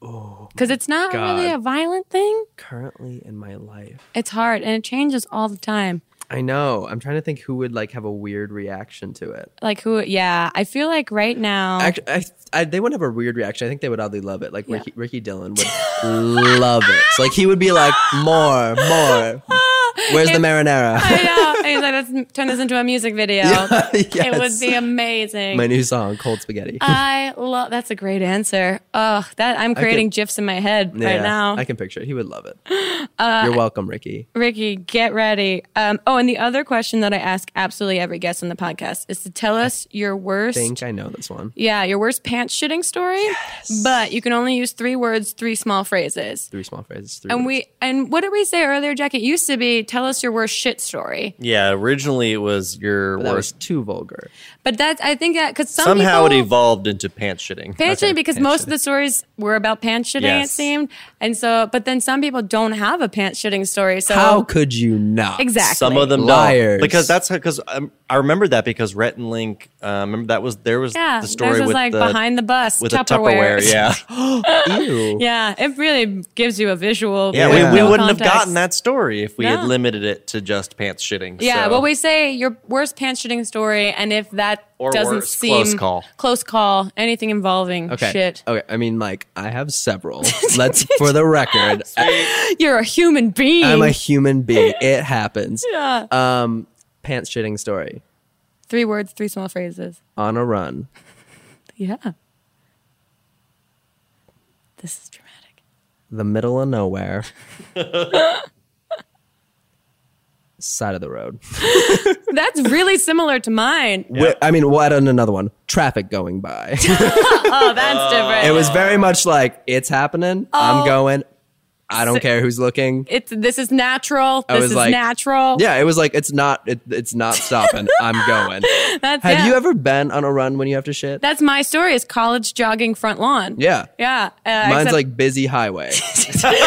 S1: Because it's not
S2: Oh, God.
S1: really a violent thing.
S2: Currently in my life.
S1: It's hard and it changes all the time.
S2: I know. I'm trying to think who would like have a weird reaction to it.
S1: Like, who? Yeah. I feel like right now.
S2: Actually, I, I, they wouldn't have a weird reaction. I think they would oddly love it. Like Ricky, Ricky Dillon would love it. So, like he would be like, more, more. Where's the marinara?
S1: I know. And he's like, let's turn this into a music video. It would
S2: Yes.
S1: be Uh, amazing.
S2: my new song, Cold Spaghetti.
S1: I love. That's a great answer. Oh, that I'm creating gifs in my head right
S2: Yeah,
S1: now. Uh,
S2: I can picture it. He would love it. You're welcome, Ricky.
S1: Ricky, get ready. Um, oh, and the other question that I ask absolutely every guest on the podcast is to tell us your worst.
S2: I think I know this one.
S1: Yeah, your worst pants shitting story. But you can only use three words, three small phrases.
S2: Three small phrases. Three
S1: And
S2: words.
S1: we and what did we say earlier, Jack? It used to be tell us your worst shit story.
S3: Yeah, originally it was your
S2: That was
S3: worst.
S2: too vulgar.
S1: But that's I think that because some
S3: Somehow
S1: people,
S3: it evolved into pants shitting.
S1: Pants
S2: Okay,
S1: shitting because
S2: pants
S1: most of the stories were about pants shitting, it
S3: Yes.
S1: seemed. And so, but then some people don't have a pants shitting story. So
S2: How could you not?
S1: exactly?
S3: Some of them
S2: Liars.
S3: don't. because that's because um, I remember that because Rhett and Link. Uh, remember that was there was
S1: Yeah,
S3: the
S1: theirs
S3: story
S1: was
S3: with
S1: like
S3: the
S1: behind the bus
S3: with
S1: Tupperware.
S3: the Tupperware. Yeah,
S2: Ew.
S1: Yeah, it really gives you a visual.
S3: yeah.
S1: with
S3: We, we
S1: no
S3: wouldn't have
S1: context.
S3: gotten that story if we
S1: No.
S3: had limited it to just pants shitting.
S1: Yeah,
S3: so.
S1: well, we say your worst pants shitting story, and if that
S3: Or
S1: doesn't
S3: worse,
S1: seem
S3: close call.
S1: close call, anything involving
S2: Okay.
S1: shit,
S2: Okay. I mean, like, I have several. Let's, for the record,
S1: you're a human being.
S2: I'm a human being. It happens. Yeah. Um, pants shitting story
S1: three words, three small phrases.
S2: on a run.
S1: Yeah, this is dramatic.
S2: the middle of nowhere. Side of the road.
S1: That's really similar to mine.
S2: Wh- I mean, what on another one? Traffic going by.
S1: Oh, that's different.
S2: it was very much like it's happening. I'm going. I don't care who's looking.
S1: It's this is natural. This
S2: was
S1: is
S2: like-
S1: natural.
S2: Yeah, it was like it's not it, it's not stopping. I'm going.
S1: That's
S2: Have
S1: it.
S2: you ever been on a run when you have to shit?
S1: That's my story. Is college jogging front lawn?
S2: yeah.
S1: Yeah. Uh,
S2: Mine's
S1: except-
S2: like busy highway. like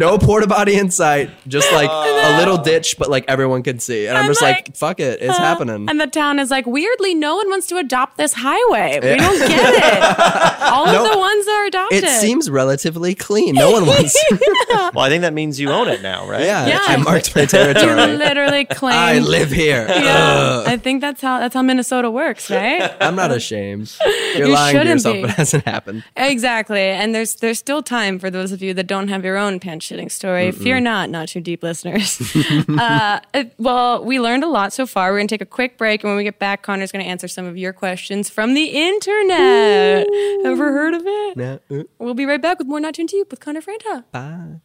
S2: no porta potty in sight, just like a little ditch, but like everyone can see. And I'm,
S1: I'm
S2: just like,
S1: like, uh,
S2: fuck it, it's happening.
S1: oh, And the town is like, weirdly, no one wants to adopt this highway. We don't get it. All of the ones that are adopted.
S2: it seems relatively clean. No one wants.
S3: Well, I think that means you own it now, right?
S2: yeah,
S1: Yeah.
S2: I marked my
S1: You
S2: territory.
S1: literally claim.
S2: I live here.
S1: Yeah,
S2: Ugh.
S1: I think that's how that's how Minnesota works, right?
S2: I'm not ashamed. You're
S1: You
S2: lying to
S1: shouldn't
S2: yourself,
S1: be.
S2: but it hasn't happened.
S1: exactly. And there's there's still time for those of you that don't have your own pants shitting story. Fear not, not too deep listeners. uh, it- well, we learned a lot so far. We're gonna take a quick break, and when we get back, Connor's gonna answer some of your questions from the internet. Ever heard of it?
S2: Yeah. Ooh,
S1: We'll be right back with more Not Too Deep with Connor Franta.
S2: bye.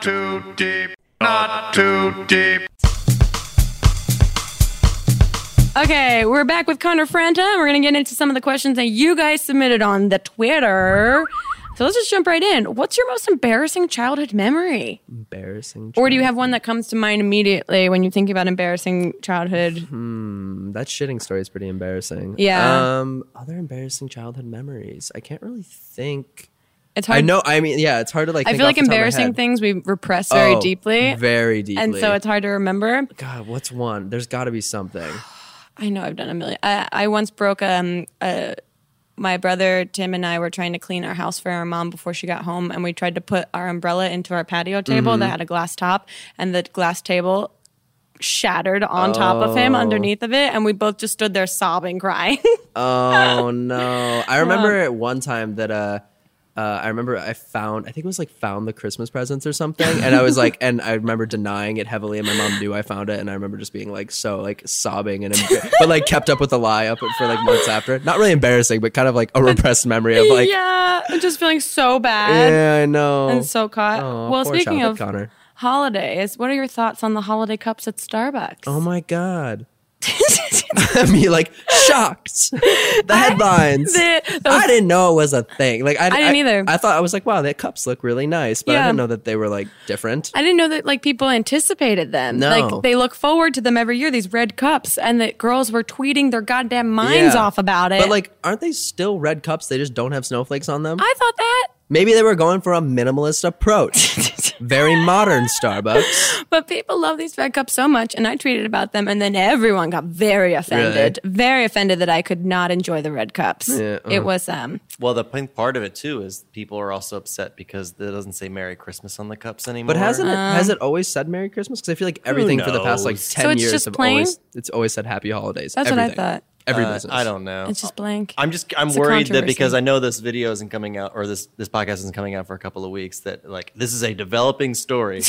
S4: too deep, not too deep.
S1: Okay, we're back with Connor Franta, and we're going to get into some of the questions that you guys submitted on the Twitter. So let's just jump right in. What's your most embarrassing childhood memory?
S2: Embarrassing.
S1: Or do you have one that comes to mind immediately when you think about embarrassing childhood?
S2: That shitting story is pretty embarrassing.
S1: Yeah.
S2: Um, other embarrassing childhood memories. I can't really think.
S1: It's hard.
S2: I know. I mean, yeah, it's hard to like.
S1: I
S2: think
S1: feel
S2: off
S1: like
S2: the top of my
S1: embarrassing
S2: head.
S1: things we repress very
S2: Oh,
S1: deeply.
S2: very deeply.
S1: And so it's hard to remember.
S2: God, what's one? There's got to be something.
S1: I know I've done a million. I, I once broke um uh my brother Tim and I were trying to clean our house for our mom before she got home, and we tried to put our umbrella into our patio table
S2: Mm-hmm.
S1: that had a glass top, and the glass table shattered on top of him underneath of it, and we both just stood there sobbing, crying.
S2: Oh no! I remember at one time that uh, uh, I remember I found I think it was like found the Christmas presents or something, and I was like, and I remember denying it heavily, and my mom knew I found it, and I remember just being like so like sobbing and embar- but like kept up with the lie up for like months after. Not really embarrassing, but kind of like a repressed memory of like.
S1: yeah, I'm just feeling so bad.
S2: Yeah, I know.
S1: And so caught.
S2: Aw,
S1: well,
S2: Oh. poor
S1: speaking
S2: childhood
S1: of
S2: Connor.
S1: holidays, what are your thoughts on the holiday cups at Starbucks?
S2: Oh my god. Me like shocked. The headlines.
S1: The- those-
S2: I didn't know it was a thing. Like I,
S1: didn't either.
S2: I thought I was like, wow, that cups look really nice, but I
S1: Yeah.
S2: didn't know that they were like different.
S1: I didn't know that like people anticipated them.
S2: No.
S1: Like they look forward to them every year, these red cups, and that girls were tweeting their goddamn minds
S2: Yeah.
S1: off about it.
S2: But like, aren't they still red cups? They just don't have snowflakes on them.
S1: I thought that.
S2: Maybe they were going for a minimalist approach. Very modern Starbucks.
S1: But people love these red cups so much, and I tweeted about them, and then everyone got very offended. Very offended that I could not enjoy the red cups.
S2: Yeah, uh-huh.
S1: It was um
S3: Well, the pink part of it too is people are also upset because it doesn't say Merry Christmas on the cups anymore. Uh,
S2: But hasn't it has it always said Merry Christmas? Because I feel like everything for the past like ten
S1: Um,
S3: knows?
S1: So it's
S2: years
S1: just
S2: have
S1: plain?
S2: always it's always said Happy Holidays.
S1: That's what I
S2: Everything.
S1: thought.
S2: Every
S3: Uh,
S2: business.
S3: I don't know.
S1: it's just blank.
S3: I'm just I'm
S1: It's a
S3: worried that
S1: controversy.
S3: because I know this video isn't coming out or this this podcast isn't coming out for a couple of weeks that like this is a developing story.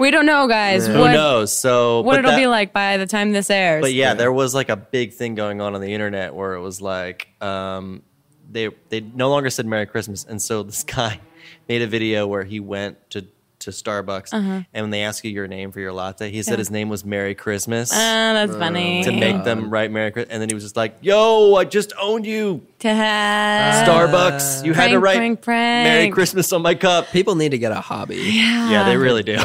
S1: we don't know, guys.
S3: Who
S1: what
S3: knows? So
S1: what
S3: but
S1: it'll
S3: that-
S1: be like by the time this airs.
S3: But yeah, there was like a big thing going on on the internet where it was like um, they they no longer said Merry Christmas, and so this guy made a video where he went to to Starbucks, and when they ask you your name for your latte, he
S1: Uh-huh.
S3: said
S1: Yeah.
S3: his name was Merry Christmas.
S1: Ah, that's funny.
S3: to make them write Merry Christmas, and then he was just like, "Yo, I just owned you,
S1: To
S3: Ah.
S1: have
S3: Starbucks. You had to
S1: Uh, Prank,
S3: write
S1: prank, prank.
S3: Merry Christmas on my cup."
S2: People need to get a hobby.
S3: Yeah, they really do.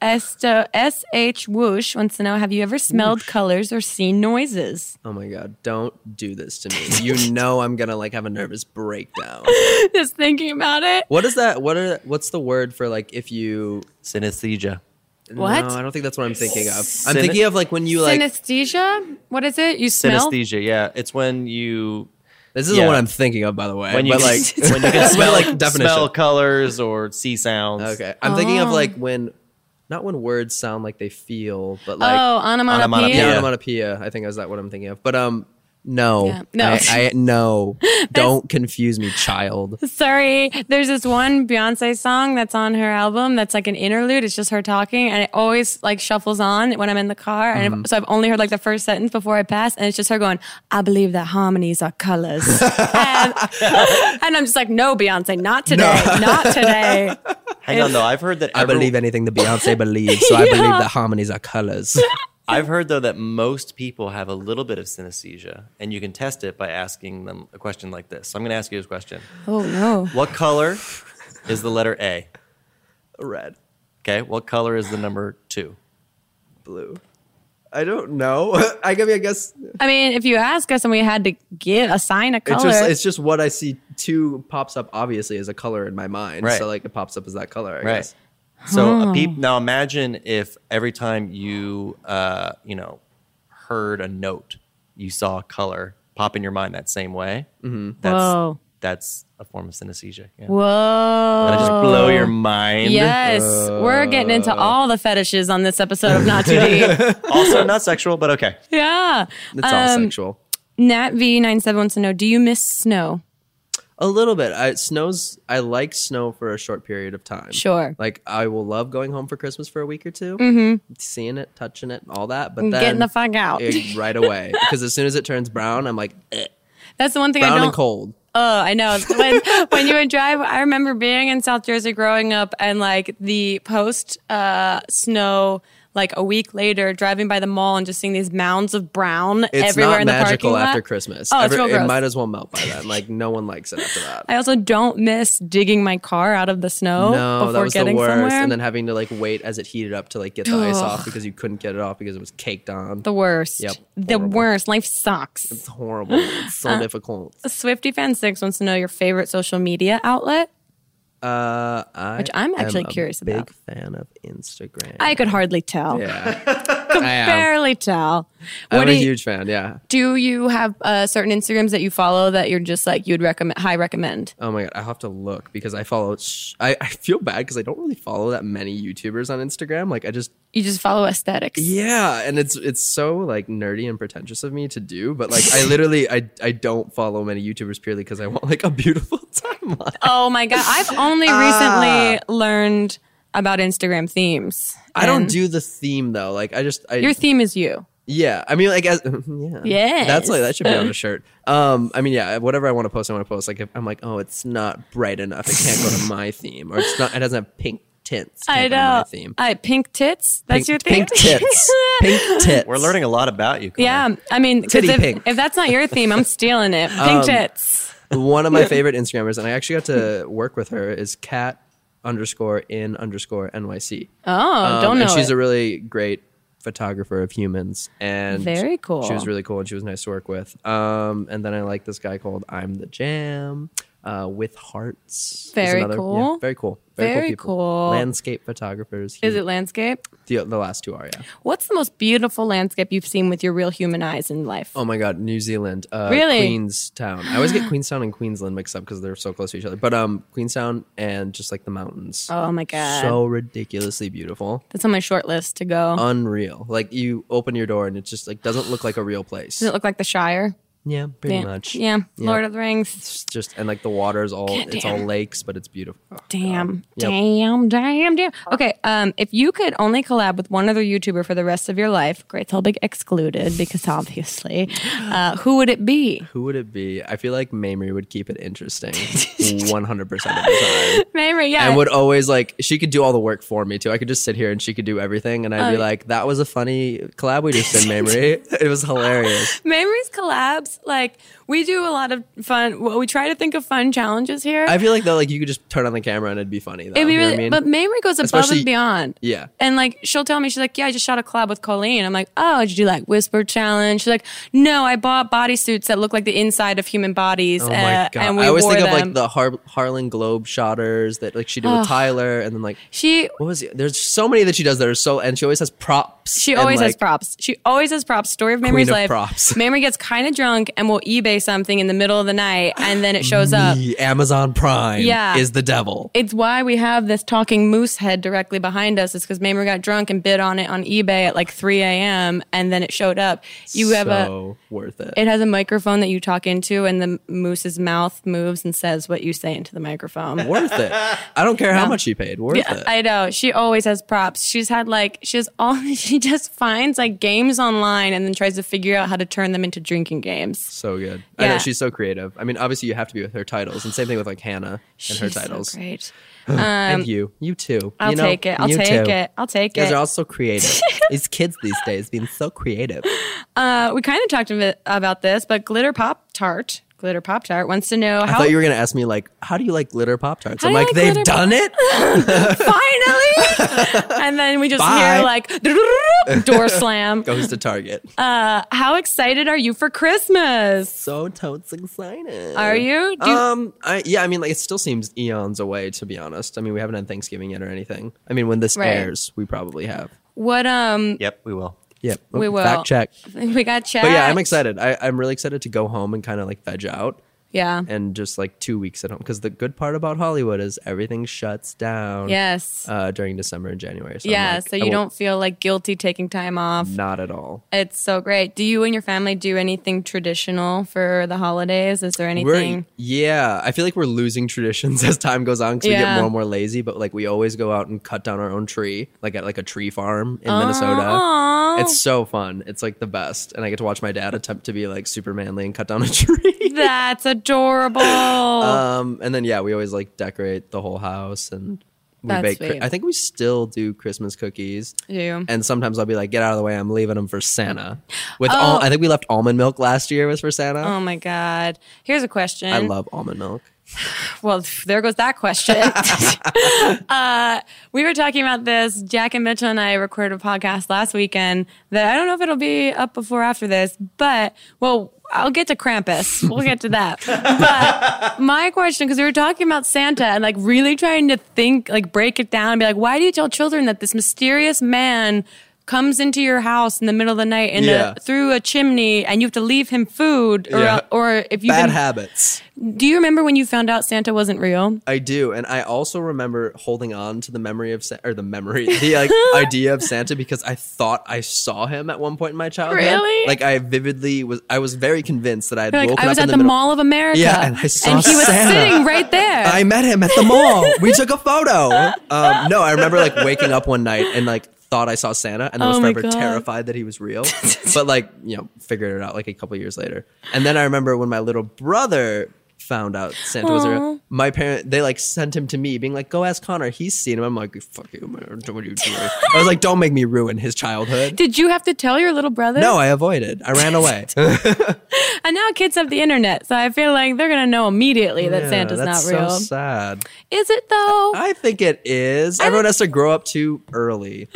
S1: Esto SH Whoosh wants to know Have you ever smelled colors or seen noises?
S2: Oh my god, don't do this to me. You know I'm gonna like have a nervous breakdown.
S1: Just thinking about it.
S2: What is that? What are what's the word for like if you
S3: Synesthesia.
S1: What?
S2: No, I don't think that's what I'm thinking of. I'm
S3: Syne-
S2: thinking of like when you like
S1: Synesthesia? What is it? You smell?
S3: Synesthesia. Yeah, it's when you
S2: this isn't
S3: yeah.
S2: what I'm thinking of by the way.
S3: when you
S2: but like
S3: can, when you can smell
S2: like,
S3: like
S2: definition.
S3: smell colors or see sounds.
S2: Okay. I'm thinking of like when not when words sound like they feel, but like
S1: oh, onomatopoeia.
S3: onomatopoeia.
S2: yeah,
S3: Yeah.
S2: onomatopoeia. I think is that what I'm thinking of. But um No,
S1: Yeah. No.
S2: I, I, no. Don't confuse me, child.
S1: Sorry, there's this one Beyonce song that's on her album that's like an interlude. It's just her talking, and it always like shuffles on when I'm in the car. And I've- so I've only heard like the first sentence before I pass, and it's just her going, "I believe that harmonies are colors," and, and I'm just like, "No, Beyonce, not today, not today."
S3: Hang on though. I've heard that
S2: I
S3: every-
S2: believe anything the Beyonce believes, so I believe that harmonies are colors.
S3: I've heard though that most people have a little bit of synesthesia, and you can test it by asking them a question like this. So I'm going to ask you this question:
S1: Oh no,
S3: What color is the letter A?
S2: Red,
S3: Okay. What color is the number two?
S2: blue. I don't know. I mean, I guess
S1: I mean, if you ask us and we had to give assign a
S2: it's
S1: color,
S2: just it's just what I see. Two pops up obviously as a color in my mind,
S3: Right.
S2: so like it pops up as that color. I
S3: Right.
S2: guess.
S3: So a peep, now imagine if every time you uh, you know heard a note, you saw a color pop in your mind that same way. Mm-hmm. That's
S1: Whoa.
S3: that's a form of synesthesia. Yeah.
S1: whoa,
S3: Did I just blow your mind.
S1: Yes, we're getting into all the fetishes on this episode of Not Too Deep.
S3: Also not sexual, but okay.
S1: yeah.
S2: It's all
S1: Um,
S2: sexual.
S1: Nat V97 wants to know Do you miss snow?
S2: A little bit. I, snows. I like snow for a short period of time.
S1: Sure. Mm-hmm.
S2: Like I will love going home for Christmas for a week or 2 seeing it, touching it, all that. But then
S1: Getting the fuck out.
S2: it- right away because as soon as it turns brown, I'm like eh,
S1: That's the one thing I
S2: brown
S1: don't.
S2: and cold.
S1: Oh, I know. When, when you would drive, I remember being in South Jersey growing up and like the post uh, snow, like a week later, driving by the mall and just seeing these mounds of brown
S2: It's
S1: everywhere
S2: not
S1: in the
S2: magical
S1: parking lot.
S2: after Christmas.
S1: Oh, it's real
S2: it
S1: gross.
S2: might as well melt by then. Like no one likes it after that.
S1: I also don't miss digging my car out of the snow
S2: no,
S1: Oh, before
S2: that was the
S1: getting
S2: worst.
S1: somewhere.
S2: And then having to like wait as it heated up to like get the ice
S1: Ugh.
S2: off because you couldn't get it off because it was caked on.
S1: the worst.
S2: Yep,
S1: The
S2: horrible.
S1: worst. Life sucks.
S2: it's horrible. It's so
S1: Uh,
S2: difficult.
S1: Swifty Fan Six wants to know your favorite social media outlet.
S2: Uh, I
S1: Which I'm
S2: am
S1: actually
S2: a
S1: curious
S2: big
S1: about.
S2: fan of Instagram.
S1: I could hardly tell.
S2: yeah, I am.
S1: Barely tell. What
S2: I'm
S1: do
S2: a
S1: you,
S2: huge fan. Yeah.
S1: do you have uh, certain Instagrams that you follow that you're just like you'd recommend high recommend?
S2: Oh my god, I will have to look because I follow. Sh- I, I feel bad because I don't really follow that many YouTubers on Instagram. Like I just
S1: You just follow aesthetics.
S2: yeah, and it's it's so like nerdy and pretentious of me to do, but like I literally I I don't follow many YouTubers purely because I want like a beautiful timeline.
S1: Oh my god, I've only recently learned about Instagram themes.
S2: Ah. I don't
S1: And
S2: do the theme though. Like I just I
S1: your theme is you.
S2: yeah. I mean like as yeah that's like that should be on a shirt. Um, I mean yeah, whatever I want to post, I want to post. Like if I'm like oh, it's not bright enough, it can't go to my theme, or it's not it doesn't have pink tints.
S1: I
S2: can't go to my
S1: know.
S2: theme.
S1: I Uh, pink tits. That's your
S2: pink,
S1: theme.
S2: pink tits. pink tits.
S3: We're learning a lot about you. Connor.
S1: yeah, I mean, 'cause
S2: Titty
S1: if,
S2: pink. Um,
S1: if that's not your theme, I'm stealing it. Pink tits.
S2: One of my favorite Instagrammers, and I actually got to work with her, is cat underscore in underscore NYC.
S1: Oh,
S2: Um,
S1: don't know.
S2: And she's
S1: it.
S2: a really great photographer of humans. And
S1: Very cool.
S2: She was really cool and she was nice to work with. Um, and then I like this guy called I'm the Jam. Uh, with hearts. is
S1: Very
S2: another- yeah,
S1: cool.
S2: very cool. Very,
S1: Very
S2: cool, people.
S1: cool.
S2: Landscape photographers.
S1: Is it landscape?
S2: the, the last two are? Yeah.
S1: What's the most beautiful landscape you've seen with your real human eyes in life?
S2: Oh my God, New Zealand. Uh,
S1: Really?
S2: Queenstown. I always get Queenstown and Queensland mixed up because they're so close to each other. But um, Queenstown and just like the mountains.
S1: Oh my god.
S2: So ridiculously beautiful.
S1: That's on my short list to go.
S2: Uh, Unreal. Like you open your door and it just like doesn't look like a real place.
S1: Does it look like the Shire?
S2: Yeah, pretty
S1: yeah.
S2: much.
S1: Yeah.
S2: Yeah.
S1: Lord of the Rings.
S2: It's just and like the water is all it's all
S1: damn.
S2: lakes, but it's beautiful. Oh,
S1: Damn.
S2: Yep.
S1: Damn, damn, damn. Okay. Um, if you could only collab with one other YouTuber for the rest of your life, Great Big excluded, because obviously, uh, who would it be?
S2: Who would it be? I feel like Mamrie would keep it interesting, one hundred percent of the time.
S1: Mamrie, yeah.
S2: and would always like she could do all the work for me too. I could just sit here and she could do everything, and
S1: Oh.
S2: I'd be like, "That was a funny collab we just did, Mamrie. it was hilarious."
S1: Mamrie's collabs, like, we do a lot of fun, well, we try to think of fun challenges here.
S2: I feel like though, like you could just turn on the camera and it'd be funny. Though,
S1: It'd be
S2: you know
S1: really,
S2: what I mean?
S1: but Mamrie goes above
S2: Especially-
S1: and beyond.
S2: yeah,
S1: And like she'll tell me, she's like, "Yeah, I just shot a collab with Colleen." I'm like, "Oh, did you do like whisper challenge?" She's like, "No, I bought bodysuits that look like the inside of human bodies."
S2: oh my
S1: uh,
S2: god,
S1: And we
S2: I always
S1: wore
S2: think
S1: them.
S2: of like the Har- Harlan Globe shotters that like she did with Tyler, and then like
S1: she.
S2: what was it? There's so many that she does that are so, and she always has props.
S1: She
S2: and,
S1: always has
S2: like,
S1: props. She always has props. Story of Mamrie's
S2: of
S1: life.
S2: props.
S1: Mamrie gets kind of drunk and will eBay say something in the middle of the night and then it shows up.
S2: The Amazon Prime
S1: Yeah.
S2: is the devil.
S1: It's why we have this talking moose head directly behind us. It's because Mamer got drunk and bid on it on eBay at like 3 a.m. and then it showed up. You have a.
S2: so worth it.
S1: It has a microphone that you talk into, and the moose's mouth moves and says what you say into the microphone.
S2: worth it. I don't care how much you paid. Worth
S1: Yeah,
S2: it.
S1: I know. She always has props. She's had like she has all she just finds like games online and then tries to figure out how to turn them into drinking games.
S2: so good. I know
S1: Yeah.
S2: she's so creative. I mean, obviously you have to be with her titles, and same thing with like Hannah and her
S1: She's so
S2: titles.
S1: great.
S2: and you, you too.
S1: I'll
S2: You know,
S1: take it. I'll
S2: you
S1: take
S2: too.
S1: it. I'll take
S2: You guys
S1: it.
S2: are all so creative. These kids these days being so creative.
S1: Uh, we kind of talked a bit about this, but Glitter Pop Tart, Glitter Pop Tart wants to know
S2: I
S1: how
S2: thought you were gonna ask me like, how do you like glitter pop tarts?
S1: How
S2: I'm
S1: do you
S2: like,
S1: like
S2: they've
S1: glitter
S2: done it.
S1: finally, and then we just
S2: Bye.
S1: hear like door slam.
S2: Goes to Target.
S1: Uh, how excited are you for Christmas?
S2: so totes excited.
S1: Are you? Do you-
S2: Oh. Um, I, yeah, I mean, like, it still seems eons away, to be honest. I mean, we haven't had Thanksgiving yet or anything. I mean, when this
S1: Right.
S2: airs, we probably have.
S1: what um
S3: Yep, we will.
S2: Yep.
S1: We
S2: Oh,
S1: will.
S2: Fact check.
S1: we got chat.
S2: But yeah, I'm excited. I, I'm really excited to go home and kind of like veg out
S1: Yeah.
S2: and um, just like two weeks at home. Because the good part about Hollywood is everything shuts down.
S1: Yes.
S2: Uh, during December and January. So I'm
S1: yeah,
S2: like,
S1: so
S2: I
S1: you
S2: will-
S1: don't feel like guilty taking time off.
S2: Not at all.
S1: It's so great. Do you and your family do anything traditional for the holidays? Is there anything?
S2: We're, yeah, I feel like we're losing traditions as time goes on because we get
S1: Yeah.
S2: more and more lazy. But like we always go out and cut down our own tree, like at like a tree farm in Minnesota.
S1: Aw,
S2: It's so fun. It's like the best, and I get to watch my dad attempt to be like super manly and cut down a tree.
S1: that's adorable.
S2: Um, and then yeah, we always like decorate the whole house and we
S1: That's
S2: bake. cri-
S1: sweet.
S2: I think we still do Christmas cookies.
S1: Do.
S2: And sometimes I'll be like, "Get out of the way! I'm leaving them for Santa." With all, I think we left almond milk last year was for Santa.
S1: oh my god. Here's a question.
S2: I love almond milk.
S1: Well, pff, there goes that question. uh, we were talking about this. Jack and Mitchell and I recorded a podcast last weekend that I don't know if it'll be up before or after this, but well, I'll get to Krampus. We'll get to that. But my question, because we were talking about Santa and like really trying to think, like break it down and be like, why do you tell children that this mysterious man comes into your house in the middle of the night and
S2: Yeah.
S1: through a chimney and you have to leave him food or,
S2: Yeah.
S1: or if you've
S2: Bad
S1: been
S2: habits.
S1: do you remember when you found out Santa wasn't real?
S2: I do, and I also remember holding on to the memory of Sa- or the memory, the like idea of Santa because I thought I saw him at one point in my childhood.
S1: Really?
S2: Like I vividly was, I was very convinced that I had
S1: You're like,
S2: woken
S1: I was
S2: up
S1: at
S2: in
S1: the,
S2: the, middle.
S1: Mall of America.
S2: Yeah, and I saw
S1: and he was
S2: Santa.
S1: sitting right there.
S2: I met him at the mall. We took a photo. Um, no, I remember like waking up one night and like thought I saw Santa, and I was
S1: Oh my
S2: forever
S1: God.
S2: terrified that he was real. but like you know, figured it out like a couple years later. And then I remember when my little brother found out Santa was real.
S1: Aw.
S2: My parent they like sent him to me, being like, "Go ask Connor. He's seen him." I'm like, "Fuck you, man. What are you doing?" I was like, "Don't make me ruin his childhood."
S1: Did you have to tell your little brother?
S2: No, I avoided. I ran away.
S1: And now kids have the internet, so I feel like they're gonna know immediately that
S2: Yeah,
S1: Santa's
S2: that's
S1: not real.
S2: So sad.
S1: Is it though?
S2: I think it is. Everyone has to grow up too early.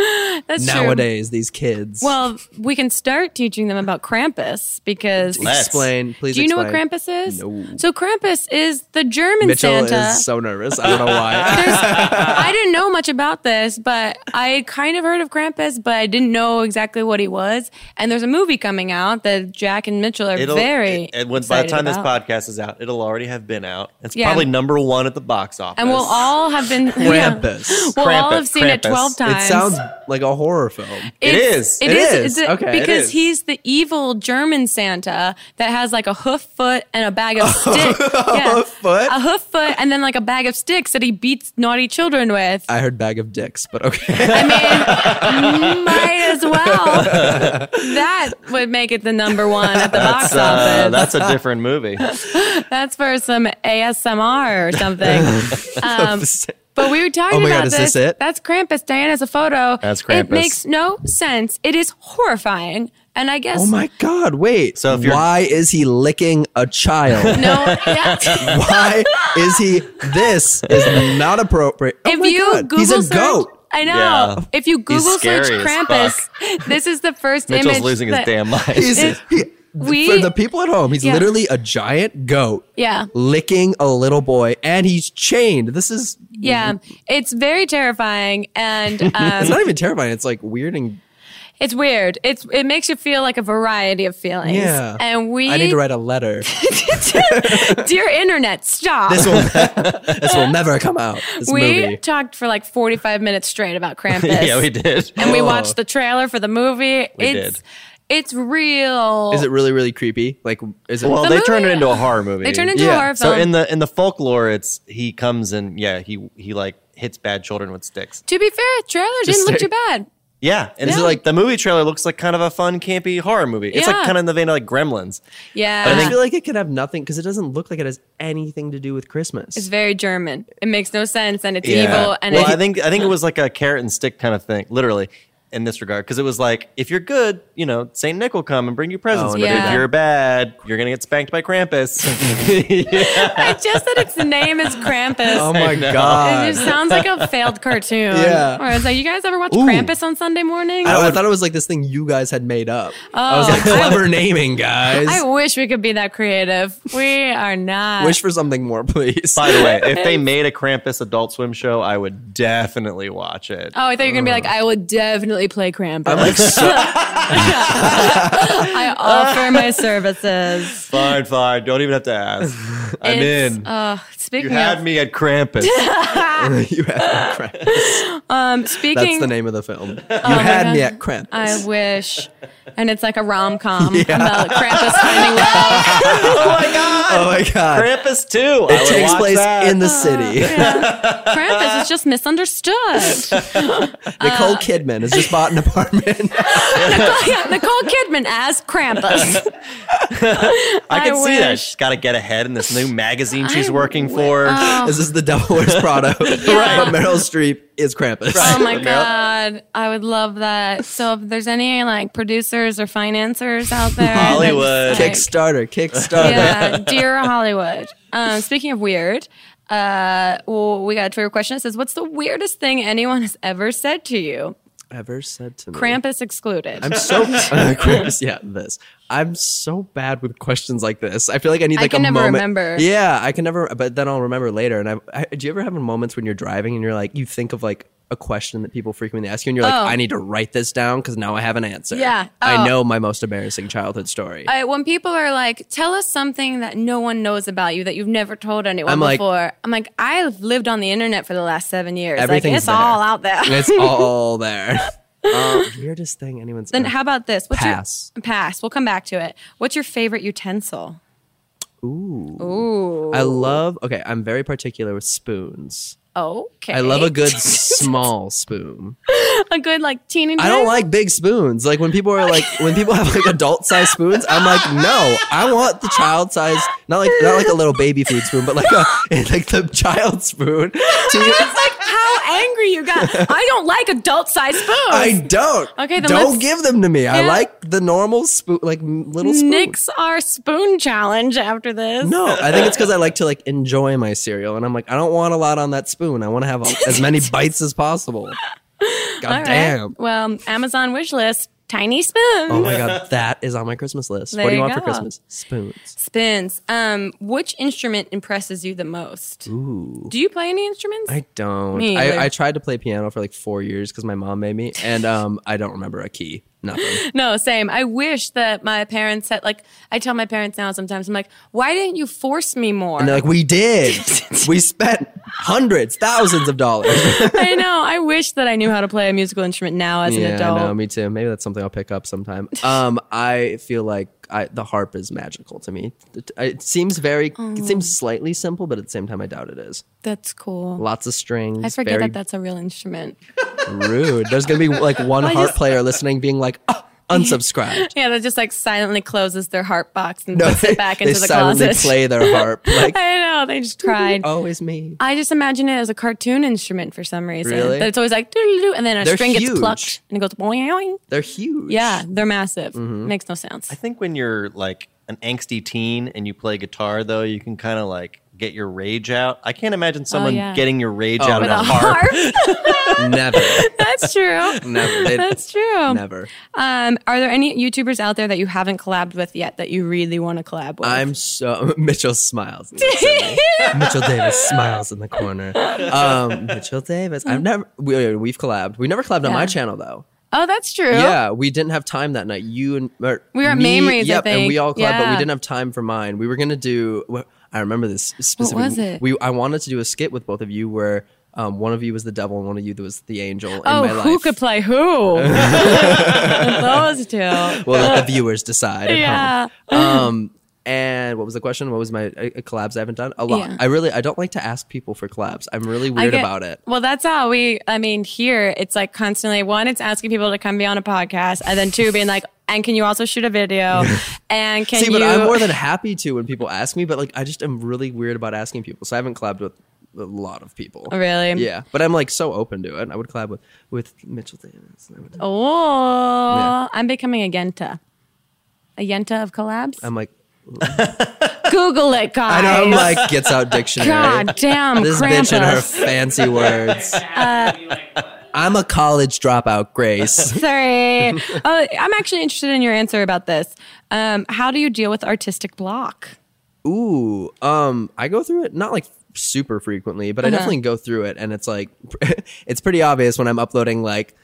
S1: That's true.
S2: nowadays these kids.
S1: Well, we can start teaching them about Krampus because.
S3: Let's.
S2: explain, please.
S1: Do you know what
S2: explain.
S1: Krampus is?
S2: No.
S1: So Krampus is the German
S2: Mitchell
S1: Santa.
S2: is so nervous. I don't know why.
S1: There's- I didn't know much about this, but I kind of heard of Krampus, but I didn't know exactly what he was. And there's a movie coming out that Jack and Mitchell are very
S3: it- and when, by the
S1: excited
S3: time
S1: about.
S3: this podcast is out, it'll already have been out. It's
S1: Yeah.
S3: probably number one at the box office.
S1: and we'll all have been yeah.
S2: Krampus.
S1: We'll all
S3: Krampus,
S1: have seen it
S3: Krampus.
S1: twelve
S3: It
S1: times.
S2: It sounds like a horror film.
S3: It
S1: It's-
S3: is.
S1: It,
S2: It
S1: is.
S2: is.
S1: It's a-
S2: Okay, it
S1: because
S2: is.
S1: he's the evil German Santa that has like a hoof foot and a bag of sticks. Yeah.
S2: hoof foot?
S1: A hoof foot and then like a bag of sticks that he beats naughty children with.
S2: I heard bag of dicks, but okay.
S1: I mean, might as well. That would make it the number one at the box
S3: Uh,
S1: office.
S3: that's a different movie.
S1: That's for some ASMR or something. Um, but we were talking
S2: Oh my God,
S1: about
S2: is
S1: this.
S2: this it?
S1: That's Krampus. Diana's a photo.
S3: That's
S1: It
S3: Krampus.
S1: makes no sense. It is horrifying. And I guess
S2: oh my god! Wait.
S3: So if you're-
S2: why is he licking a child?
S1: no.
S2: Oh
S1: yeah.
S2: why is he? This is not appropriate. Oh
S1: if
S2: my
S1: you
S2: God,
S1: Google
S2: he's a
S1: search,
S2: goat.
S1: I know.
S3: Yeah.
S1: If you Google search
S3: scary as
S1: Krampus, this is the first
S3: Mitchell's
S1: image.
S3: losing his
S1: that-
S3: damn mind.
S2: He's
S1: If
S2: he,
S1: we-
S2: for the people at home. He's
S1: Yeah.
S2: literally a giant goat.
S1: Yeah.
S2: Licking a little boy, and he's chained. This is
S1: Yeah, it's very terrifying, and um,
S2: It's not even terrifying. It's like weird and
S1: It's weird. It's it makes you feel like a variety of feelings.
S2: Yeah.
S1: And we
S2: I need to write a letter.
S1: Dear internet, stop.
S2: This will, this will never come out. This
S1: we
S2: movie.
S1: talked for like 45 minutes straight about Krampus.
S3: yeah, we did.
S1: And we
S2: Oh.
S1: watched the trailer for the movie.
S3: We
S1: it's
S3: did.
S1: it's real.
S2: Is it really, really creepy? Like, is it?
S3: well,
S1: The
S3: they turned it
S1: movie-
S3: into a horror movie.
S1: They turned it into a
S2: Yeah.
S1: horror
S3: so
S1: film.
S3: in the in the folklore, it's he comes and yeah, he he like hits bad children with sticks.
S1: to be fair, the trailer didn't look
S2: say-
S1: too bad.
S3: Yeah, and
S1: Yeah.
S3: so like the movie trailer looks like kind of a fun, campy horror movie. It's
S1: Yeah.
S3: like kind of in the vein of like Gremlins.
S1: Yeah.
S2: I feel like it could have nothing because it doesn't look like it has anything to do with Christmas.
S1: it's very German. It makes no sense and it's evil and
S3: well,
S1: it's
S3: I think I think it was like a carrot and stick kind of thing, literally. In this regard, because it was like, if you're good, you know, Saint Nick will come and bring you presents.
S2: Oh,
S3: but
S1: no. Yeah.
S3: if you're bad, you're gonna get spanked by Krampus.
S1: I just that its name is Krampus.
S2: oh my
S3: know.
S2: god!
S1: it just sounds like a failed cartoon.
S2: Yeah.
S1: Where it's like, you guys ever watch
S2: Ooh.
S1: Krampus on Sunday morning?
S2: I, I thought it was like this thing you guys had made up. I was
S1: Oh.
S2: like, clever naming, guys.
S1: I wish we could be that creative. We are not.
S2: Wish for something more, please.
S3: by the way, if they made a Krampus Adult Swim show, I would definitely watch it.
S1: oh, I thought you were gonna be like,
S3: Uh.
S1: I would definitely play Krampus. i offer my services.
S3: Fine, fine. Don't even have to ask. I'm
S1: It's-
S3: in.
S1: Uh,
S3: you
S1: speaking
S3: had
S1: of,
S3: me at Krampus.
S2: you had me at Krampus.
S1: um, speaking,
S2: That's the name of the film. You had me
S1: Oh God.
S2: at Krampus.
S1: I wish, and it's like a rom com about Krampus finding love.
S2: oh my god!
S3: Krampus too. It I would
S2: Takes
S3: watch
S2: place
S3: that.
S1: Oh
S2: in the city.
S1: Krampus is just misunderstood.
S2: Nicole Kidman has just bought an apartment.
S1: Nicole, yeah, Nicole Kidman as Krampus.
S3: I can
S1: I
S3: see that.
S1: wish.
S3: She's got to get ahead in this new magazine she's
S1: I
S3: working for.
S1: Oh,
S2: this is the Devil Wears Prada. But Meryl Streep is Krampus.
S1: Oh my
S3: Meryl.
S1: god, I would love that. So if there's any like producers or financiers out there,
S3: Hollywood.
S1: that's, like,
S2: Kickstarter, Kickstarter.
S1: yeah, dear Hollywood. Um, speaking of weird, uh, well, we got a Twitter question that says, "What's the weirdest thing anyone has ever said to you?"
S2: Ever said to me?
S1: Krampus excluded.
S2: I'm so uh, Krampus. Yeah, this. I'm so bad with questions like this. I feel like I need
S1: I
S2: like
S1: can
S2: a
S1: never
S2: moment.
S1: remember.
S2: Yeah, I can never. But then I'll remember later. And I, I do you ever have moments when you're driving and you're like, you think of like a question that people frequently ask you, and you're like,
S1: Oh.
S2: I need to write this down because now I have an answer.
S1: Yeah. Oh.
S2: I know my most embarrassing childhood story.
S1: I, when people are like, "Tell us something that no one knows about you that you've never told anyone
S2: I'm like-
S1: before," I'm like, "I've lived on the internet for the last seven years. Like,
S2: Everything's
S1: it's all
S2: there.
S1: out there."
S2: it's all there. Uh, weirdest thing anyone's.
S1: Then
S2: ever-
S1: how about this? What's
S2: Pass.
S1: Your, pass. We'll come back to it. What's your favorite utensil? Ooh. Ooh.
S2: I love. Okay, I'm very particular with spoons.
S1: okay.
S2: I love a good small spoon.
S1: a good like teeny.
S2: I
S1: tiny-
S2: don't like big spoons. Like when people are like when people have like adult sized spoons, I'm like, no, I want the child size, not like not like a little baby food spoon, but like a like the child spoon.
S1: It's like how angry you got. I don't like adult sized spoons.
S2: I don't.
S1: Okay, then let's-
S2: don't give them to me. I
S1: Yeah.
S2: like the normal spoon, like m- little spoon.
S1: Nix our spoon challenge after this.
S2: No, I think it's because I like to like enjoy my cereal, and I'm like, I don't want a lot on that spoon. I want to have as many bites as possible. God
S1: All right.
S2: damn.
S1: Well, Amazon wish list. Tiny spoons.
S2: Oh my god, that is on my Christmas list.
S1: There
S2: what do you,
S1: you
S2: want for
S1: go.
S2: Christmas? Spoons.
S1: Spins. Um, which instrument impresses you the most?
S2: Ooh.
S1: Do you play any instruments?
S2: Mm. I don't.
S1: Me either.
S2: I, I tried to play piano for like four years because my mom made me, and um, I don't remember a key. Nothing.
S1: No, same. I wish that my parents had like I tell my parents now sometimes I'm like, why didn't you force me more?
S2: And they're like, "We did. we spent hundreds, thousands of dollars."
S1: I know. I wish that I knew how to play a musical instrument now as an
S2: yeah,
S1: adult.
S2: I know. Me too. Maybe that's something I'll pick up sometime. Um, I feel like I, the harp is magical to me. It, it seems very,
S1: Oh.
S2: it seems slightly simple, but at the same time, I doubt it is.
S1: That's cool.
S2: Lots of strings.
S1: I forget
S2: very
S1: that that's a real instrument.
S2: rude. There's gonna be like one harp player listening, being like, oh, unsubscribe.
S1: Yeah, that just like silently closes their heart box and
S2: No,
S1: puts it back into
S2: they
S1: the
S2: silently
S1: closet.
S2: play their harp. Like, Oh.
S1: I know. They just cried.
S2: always me.
S1: I just imagine it as a cartoon instrument for some reason.
S2: Really?
S1: That it's always like doo and then a
S2: They're
S1: string gets
S2: huge.
S1: plucked and it goes boing. boing.
S2: They're huge.
S1: Yeah, they're massive.
S2: Mm-hmm.
S1: Makes no sense.
S3: I think when you're like an angsty teen and you play guitar, though, you can kind of like get your rage out. I can't imagine someone
S1: yeah.
S3: getting your rage out
S1: With
S3: on
S1: a
S3: Oh, a harp.
S1: harp.
S2: Never.
S1: That's true.
S2: Never. They-
S1: That's true.
S2: Never.
S1: Um, are there any YouTubers out there that you haven't collabed with yet that you really want to collab with?
S2: I'm so Mitchell smiles. Mitchell Davis smiles in the corner. Um, Mitchell Davis. I've never we, we've collabed. We never collabed on
S1: Mm. Yeah.
S2: my channel though.
S1: Oh, that's true.
S2: Yeah, we didn't have time that night. You and or
S1: We were at
S2: me-
S1: Mamrie's, I
S2: Yep, and we
S1: think.
S2: all collabed, but we
S1: Yeah.
S2: didn't have time for mine. We were gonna do. wh- I remember this specifically.
S1: was it?
S2: We I wanted to do a skit with both of you where um, one of you was the devil and one of you was the angel. In
S1: Oh,
S2: my
S1: who
S2: life.
S1: could play who? Those two.
S2: We'll let the viewers decide. at
S1: Yeah.
S2: home. Um. And what was the question? What was my uh, collabs I haven't done? A lot.
S1: Yeah.
S2: I really I don't like to ask people for collabs. I'm really
S1: I
S2: weird
S1: get-
S2: about it.
S1: Well, that's how we, I mean, here it's like constantly one, it's asking people to come be on a podcast, and then two, being like, and can you also shoot a video? And can
S2: See,
S1: you?
S2: but I'm more than happy to when people ask me, but like I just am really weird about asking people. So I haven't collabed with a lot of people.
S1: Oh, Really?
S2: Yeah. But I'm like so open to it. I would collab with with Mitchell Davis. and I would-
S1: oh,
S2: Yeah.
S1: I'm becoming a Yenta. A Yenta of collabs?
S2: I'm like
S1: Google it, guys.
S2: I know I'm like gets out dictionary.
S1: God damn,
S2: this bitch and her
S1: Krampus.
S2: fancy words.
S1: Uh,
S2: I'm a college dropout, Grace.
S1: Sorry. oh, I'm actually interested in your answer about this. Um, how do you deal with artistic block?
S2: Ooh, um, I go through it not like super frequently, but I
S1: Uh-huh.
S2: definitely go through it, and it's like it's pretty obvious when I'm uploading like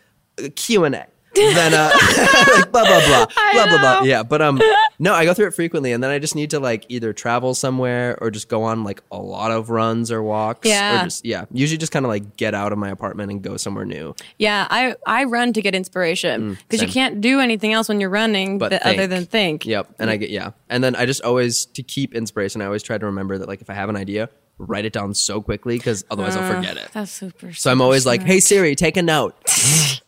S2: uh, Q and A, then uh, like blah blah blah blah blah blah.
S1: know.
S2: Yeah, but um, no, I go through it frequently, and then I just need to like either travel somewhere or just go on like a lot of runs or walks.
S1: Yeah.
S2: or just, yeah. Usually, just kind of like get out of my apartment and go somewhere new.
S1: Yeah, I, I run to get inspiration because you
S2: Mm, same.
S1: can't do anything else when you're running
S2: But
S1: that other
S2: think.
S1: than think.
S2: Yep, and I get yeah, and then I just always to keep inspiration. I always try to remember that like if I have an idea, write it down so quickly because otherwise I'll forget it.
S1: That's super.
S2: So I'm always like, "Hey Siri, take a note."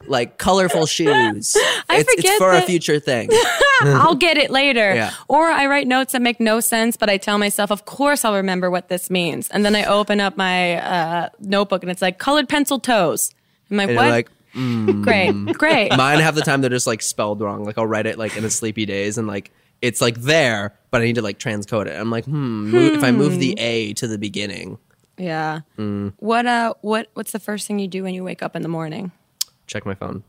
S2: like colorful shoes.
S1: I
S2: it's, it's
S1: forget
S2: for a
S1: that-
S2: future thing.
S1: I'll get it later.
S2: Yeah.
S1: Or I write notes that make no sense, but I tell myself, of course I'll remember what this means. And then I open up my uh, notebook and it's like colored pencil toes. I'm like,
S2: And
S1: what?
S2: you're like, "Mm."
S1: great, great.
S2: mine half the time they're just like spelled wrong. Like I'll write it like in a sleepy days, and like it's like there, but I need to like transcode it. I'm like, hmm, mo- if I move the A to the beginning,
S1: yeah.
S2: Mm.
S1: What uh? What What's the first thing you do when you wake up in the morning?
S2: check my phone.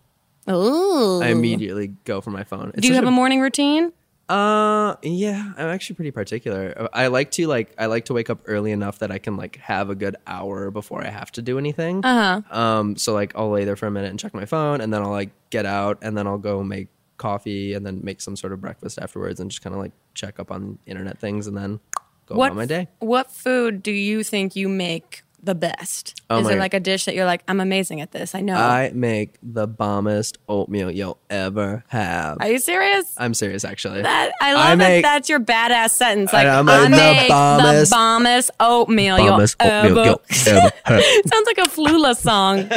S1: Ooh.
S2: I immediately go for my phone. It's
S1: Do you
S2: such
S1: have a morning routine?
S2: Uh, yeah, I'm actually pretty particular. I like to like I like to wake up early enough that I can like have a good hour before I have to do anything. Uh-huh. Um, so like I'll lay there for a minute and check my phone, and then I'll like get out, and then I'll go make coffee, and then make some sort of breakfast afterwards, and just kind of like check up on internet things, and then go about
S1: what
S2: Oh, my day.
S1: What food do you think you make the best?
S2: Oh
S1: Is
S2: my
S1: there
S2: God.
S1: like a dish that you're like, I'm amazing at this? I know.
S2: I make the bombest oatmeal you'll ever have.
S1: Are you serious?
S2: I'm serious, actually.
S1: That, I love
S2: make-
S1: that. That's your badass sentence. Like,
S2: I
S1: I,
S2: know, I'm like,
S1: make
S2: the
S1: the
S2: bombest-
S1: bombest, oatmeal. you'll
S2: Bombest oatmeal
S1: ever-
S2: you'll ever have.
S1: Sounds like a Flula song.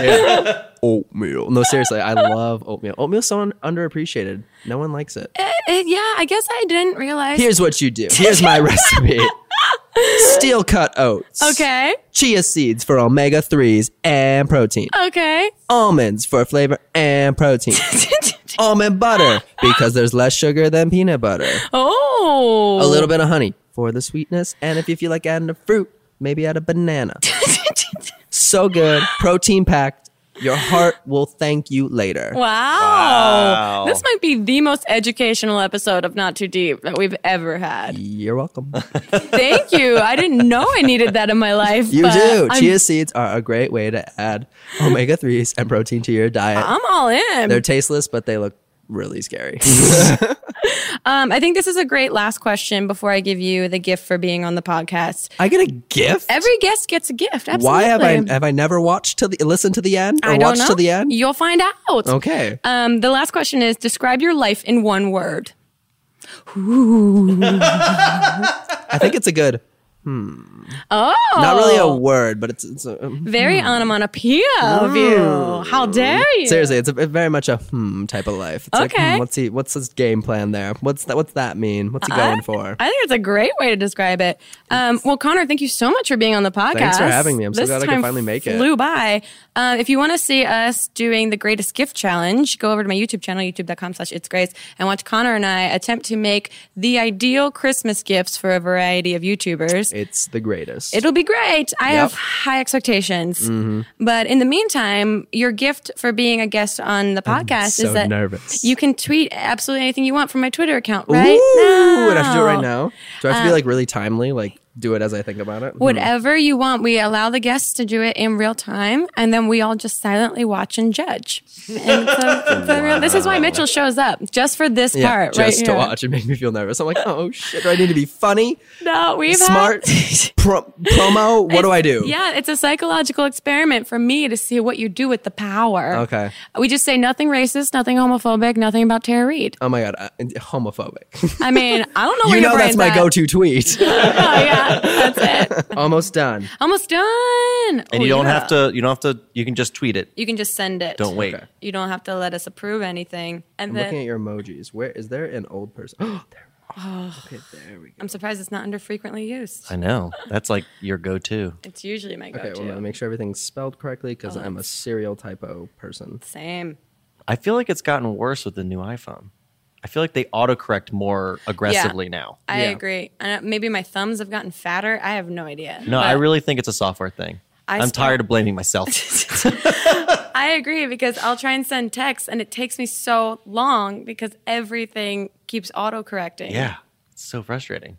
S2: oatmeal. No, seriously, I love oatmeal. Oatmeal's so un- underappreciated. No one likes it.
S1: Eh, yeah, I guess I didn't realize.
S2: Here's what you do. Here's my recipe. Steel cut oats.
S1: okay.
S2: Chia seeds for omega 3s and protein.
S1: Okay.
S2: Almonds for flavor and protein. Almond butter because there's less sugar than peanut butter.
S1: oh.
S2: A little bit of honey for the sweetness. And if you feel like adding a fruit, maybe add a banana. So good. Protein packed. Your heart will thank you later.
S1: wow.
S3: Wow.
S1: This might be the most educational episode of Not Too Deep that we've ever had.
S2: You're welcome.
S1: Thank you. I didn't know I needed that in my life.
S2: You
S1: but
S2: do.
S1: I'm,
S2: Chia seeds are a great way to add omega 3s and protein to your diet.
S1: I'm all in.
S2: They're tasteless, but they look really scary.
S1: Um, I think this is a great last question before I give you the gift for being on the podcast.
S2: I get a gift.
S1: Every guest gets a gift. Absolutely.
S2: Why have I have I never watched to the listened to the end or
S1: I don't
S2: watched
S1: know.
S2: to the end?
S1: You'll find out.
S2: Okay.
S1: Um, the last question is: Describe your life in one word.
S2: I think it's a good.
S1: Oh,
S2: Not really a Hmm. word, but it's, it's a, um,
S1: very onomatopoeia of you. How dare you?
S2: seriously, it's a, it's very much a hmm type of life. It's like,
S1: Okay.
S2: hmm, let's see, what's his game plan there? What's that? What's that mean? What's he going for?
S1: I think it's a great way to describe it. Um, well, Connor, thank you so much for being on the podcast.
S2: Thanks for having me. I'm so
S1: This
S2: glad I could
S1: time
S2: finally make it.
S1: Flew by. Um, if you want to see us doing the Greatest Gift Challenge, go over to my YouTube channel, YouTube.com/slash It's Grace, and watch Connor and I attempt to make the ideal Christmas gifts for a variety of YouTubers.
S2: it's the greatest.
S1: It'll be great. I
S2: Yep. Mm-hmm.
S1: have high expectations. But in the meantime, your gift for being a guest on the podcast
S2: so
S1: is that
S2: nervous.
S1: you can tweet absolutely anything you want from my Twitter account right
S2: Ooh,
S1: now.
S2: Uh, would I have to do it right now? Do I have to be like really timely? Like do it as I think about it. Hmm.
S1: Whatever you want, we allow the guests to do it in real time, and then we all just silently watch and judge. And so, so real- this is why Mitchell shows up just for this
S2: Yeah,
S1: part,
S2: just
S1: right
S2: to
S1: here.
S2: watch, it made me feel nervous. I'm like, oh shit, do I need to be funny,
S1: No, we've
S2: smart,
S1: had-
S2: pro- promo? What do I do?
S1: Yeah, it's a psychological experiment for me to see what you do with the power.
S2: Okay.
S1: We just say nothing racist, nothing homophobic, nothing about Tara Reid.
S2: Oh my god, I, homophobic.
S1: I mean, I don't know where
S2: you
S1: your
S2: know that's
S1: brain's
S2: my
S1: at.
S2: go-to tweet.
S1: Oh yeah, that's it.
S2: Almost done.
S1: Almost done. Oh,
S3: And you don't have to. You don't have to. You can just tweet it.
S1: You can just send it.
S3: Don't wait.
S2: Okay.
S1: You don't have to let us approve anything. And
S2: I'm
S1: then
S2: looking at your emojis. Where is there an old person? Oh, there. Okay, there we go.
S1: I'm surprised it's not under frequently used.
S3: I know. That's like your go-to.
S1: It's usually my
S2: Okay,
S1: go-to.
S2: well, now make sure everything's spelled correctly
S1: Oh,
S2: because I'm a serial typo person.
S1: Same.
S3: I feel like it's gotten worse with the new iPhone. I feel like they autocorrect more aggressively now.
S1: I
S2: Yeah.
S1: agree. And uh, maybe my thumbs have gotten fatter. I have no idea.
S3: No, I
S1: But-
S3: really think it's a software thing.
S1: I
S3: I am
S1: still-
S3: tired of blaming myself.
S1: I agree because I'll try and send texts and it takes me so long because everything keeps auto-correcting.
S3: yeah, it's so frustrating.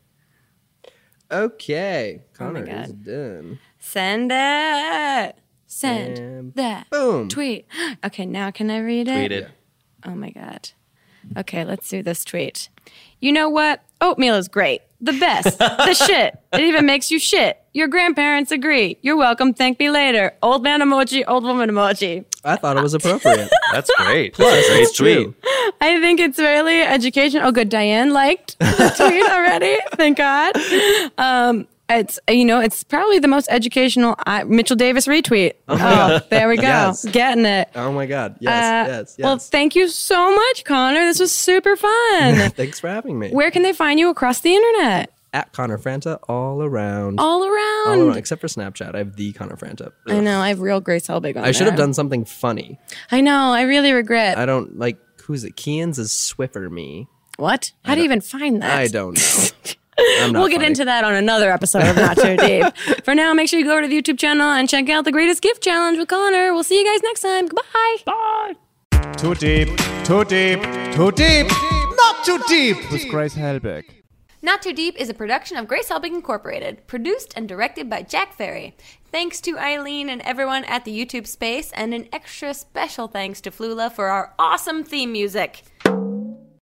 S2: Okay, Connor
S1: Oh God.
S2: is done.
S1: Send it. Send
S2: And
S1: that.
S2: boom.
S1: Tweet. Okay, now can I read it?
S3: Tweet it.
S1: Oh my God. Okay, let's do this tweet. You know what? Oatmeal is great. The best. the shit. It even makes you shit. Your grandparents agree. You're welcome. Thank me later. Old man emoji, old woman emoji.
S2: I thought it
S1: Uh,
S2: was appropriate.
S3: That's great. Plus, great
S2: It's true.
S3: tweet.
S1: I think it's really educational. Oh, good. Diane liked the tweet already. Thank God. Um, it's you know it's probably the most educational I, Mitchell Davis retweet. Oh, there we go,
S2: Yes.
S1: getting it.
S2: Oh my god.
S1: Uh,
S2: Yes, yes, yes.
S1: Well, thank you so much, Connor. This was super fun.
S2: Thanks for having me.
S1: Where can they find you across the internet?
S2: At Connor Franta all around.
S1: All
S2: All
S1: around.
S2: around, except for Snapchat. I have the Connor Franta.
S1: I know. I have real Grace Helbig on
S2: I should have
S1: there.
S2: done something funny.
S1: I know. I really regret.
S2: I don't like who's it? Kean's is Swiffer me.
S1: what? How do you even find that?
S2: I don't know. I'm not
S1: we'll get
S2: funny.
S1: into that on another episode of Not Too Deep. For now, make sure you go over to the YouTube channel and check out the Greatest Gift Challenge with Connor. We'll see you guys next time. Goodbye.
S5: Too deep, too deep, too deep, not too deep. With Grace Helbig.
S6: Not Too Deep is a production of Grace Helbig Incorporated, produced and directed by Jack Ferry. Thanks to Eileen and everyone at the YouTube space, and an extra special thanks to Flula for our awesome theme music.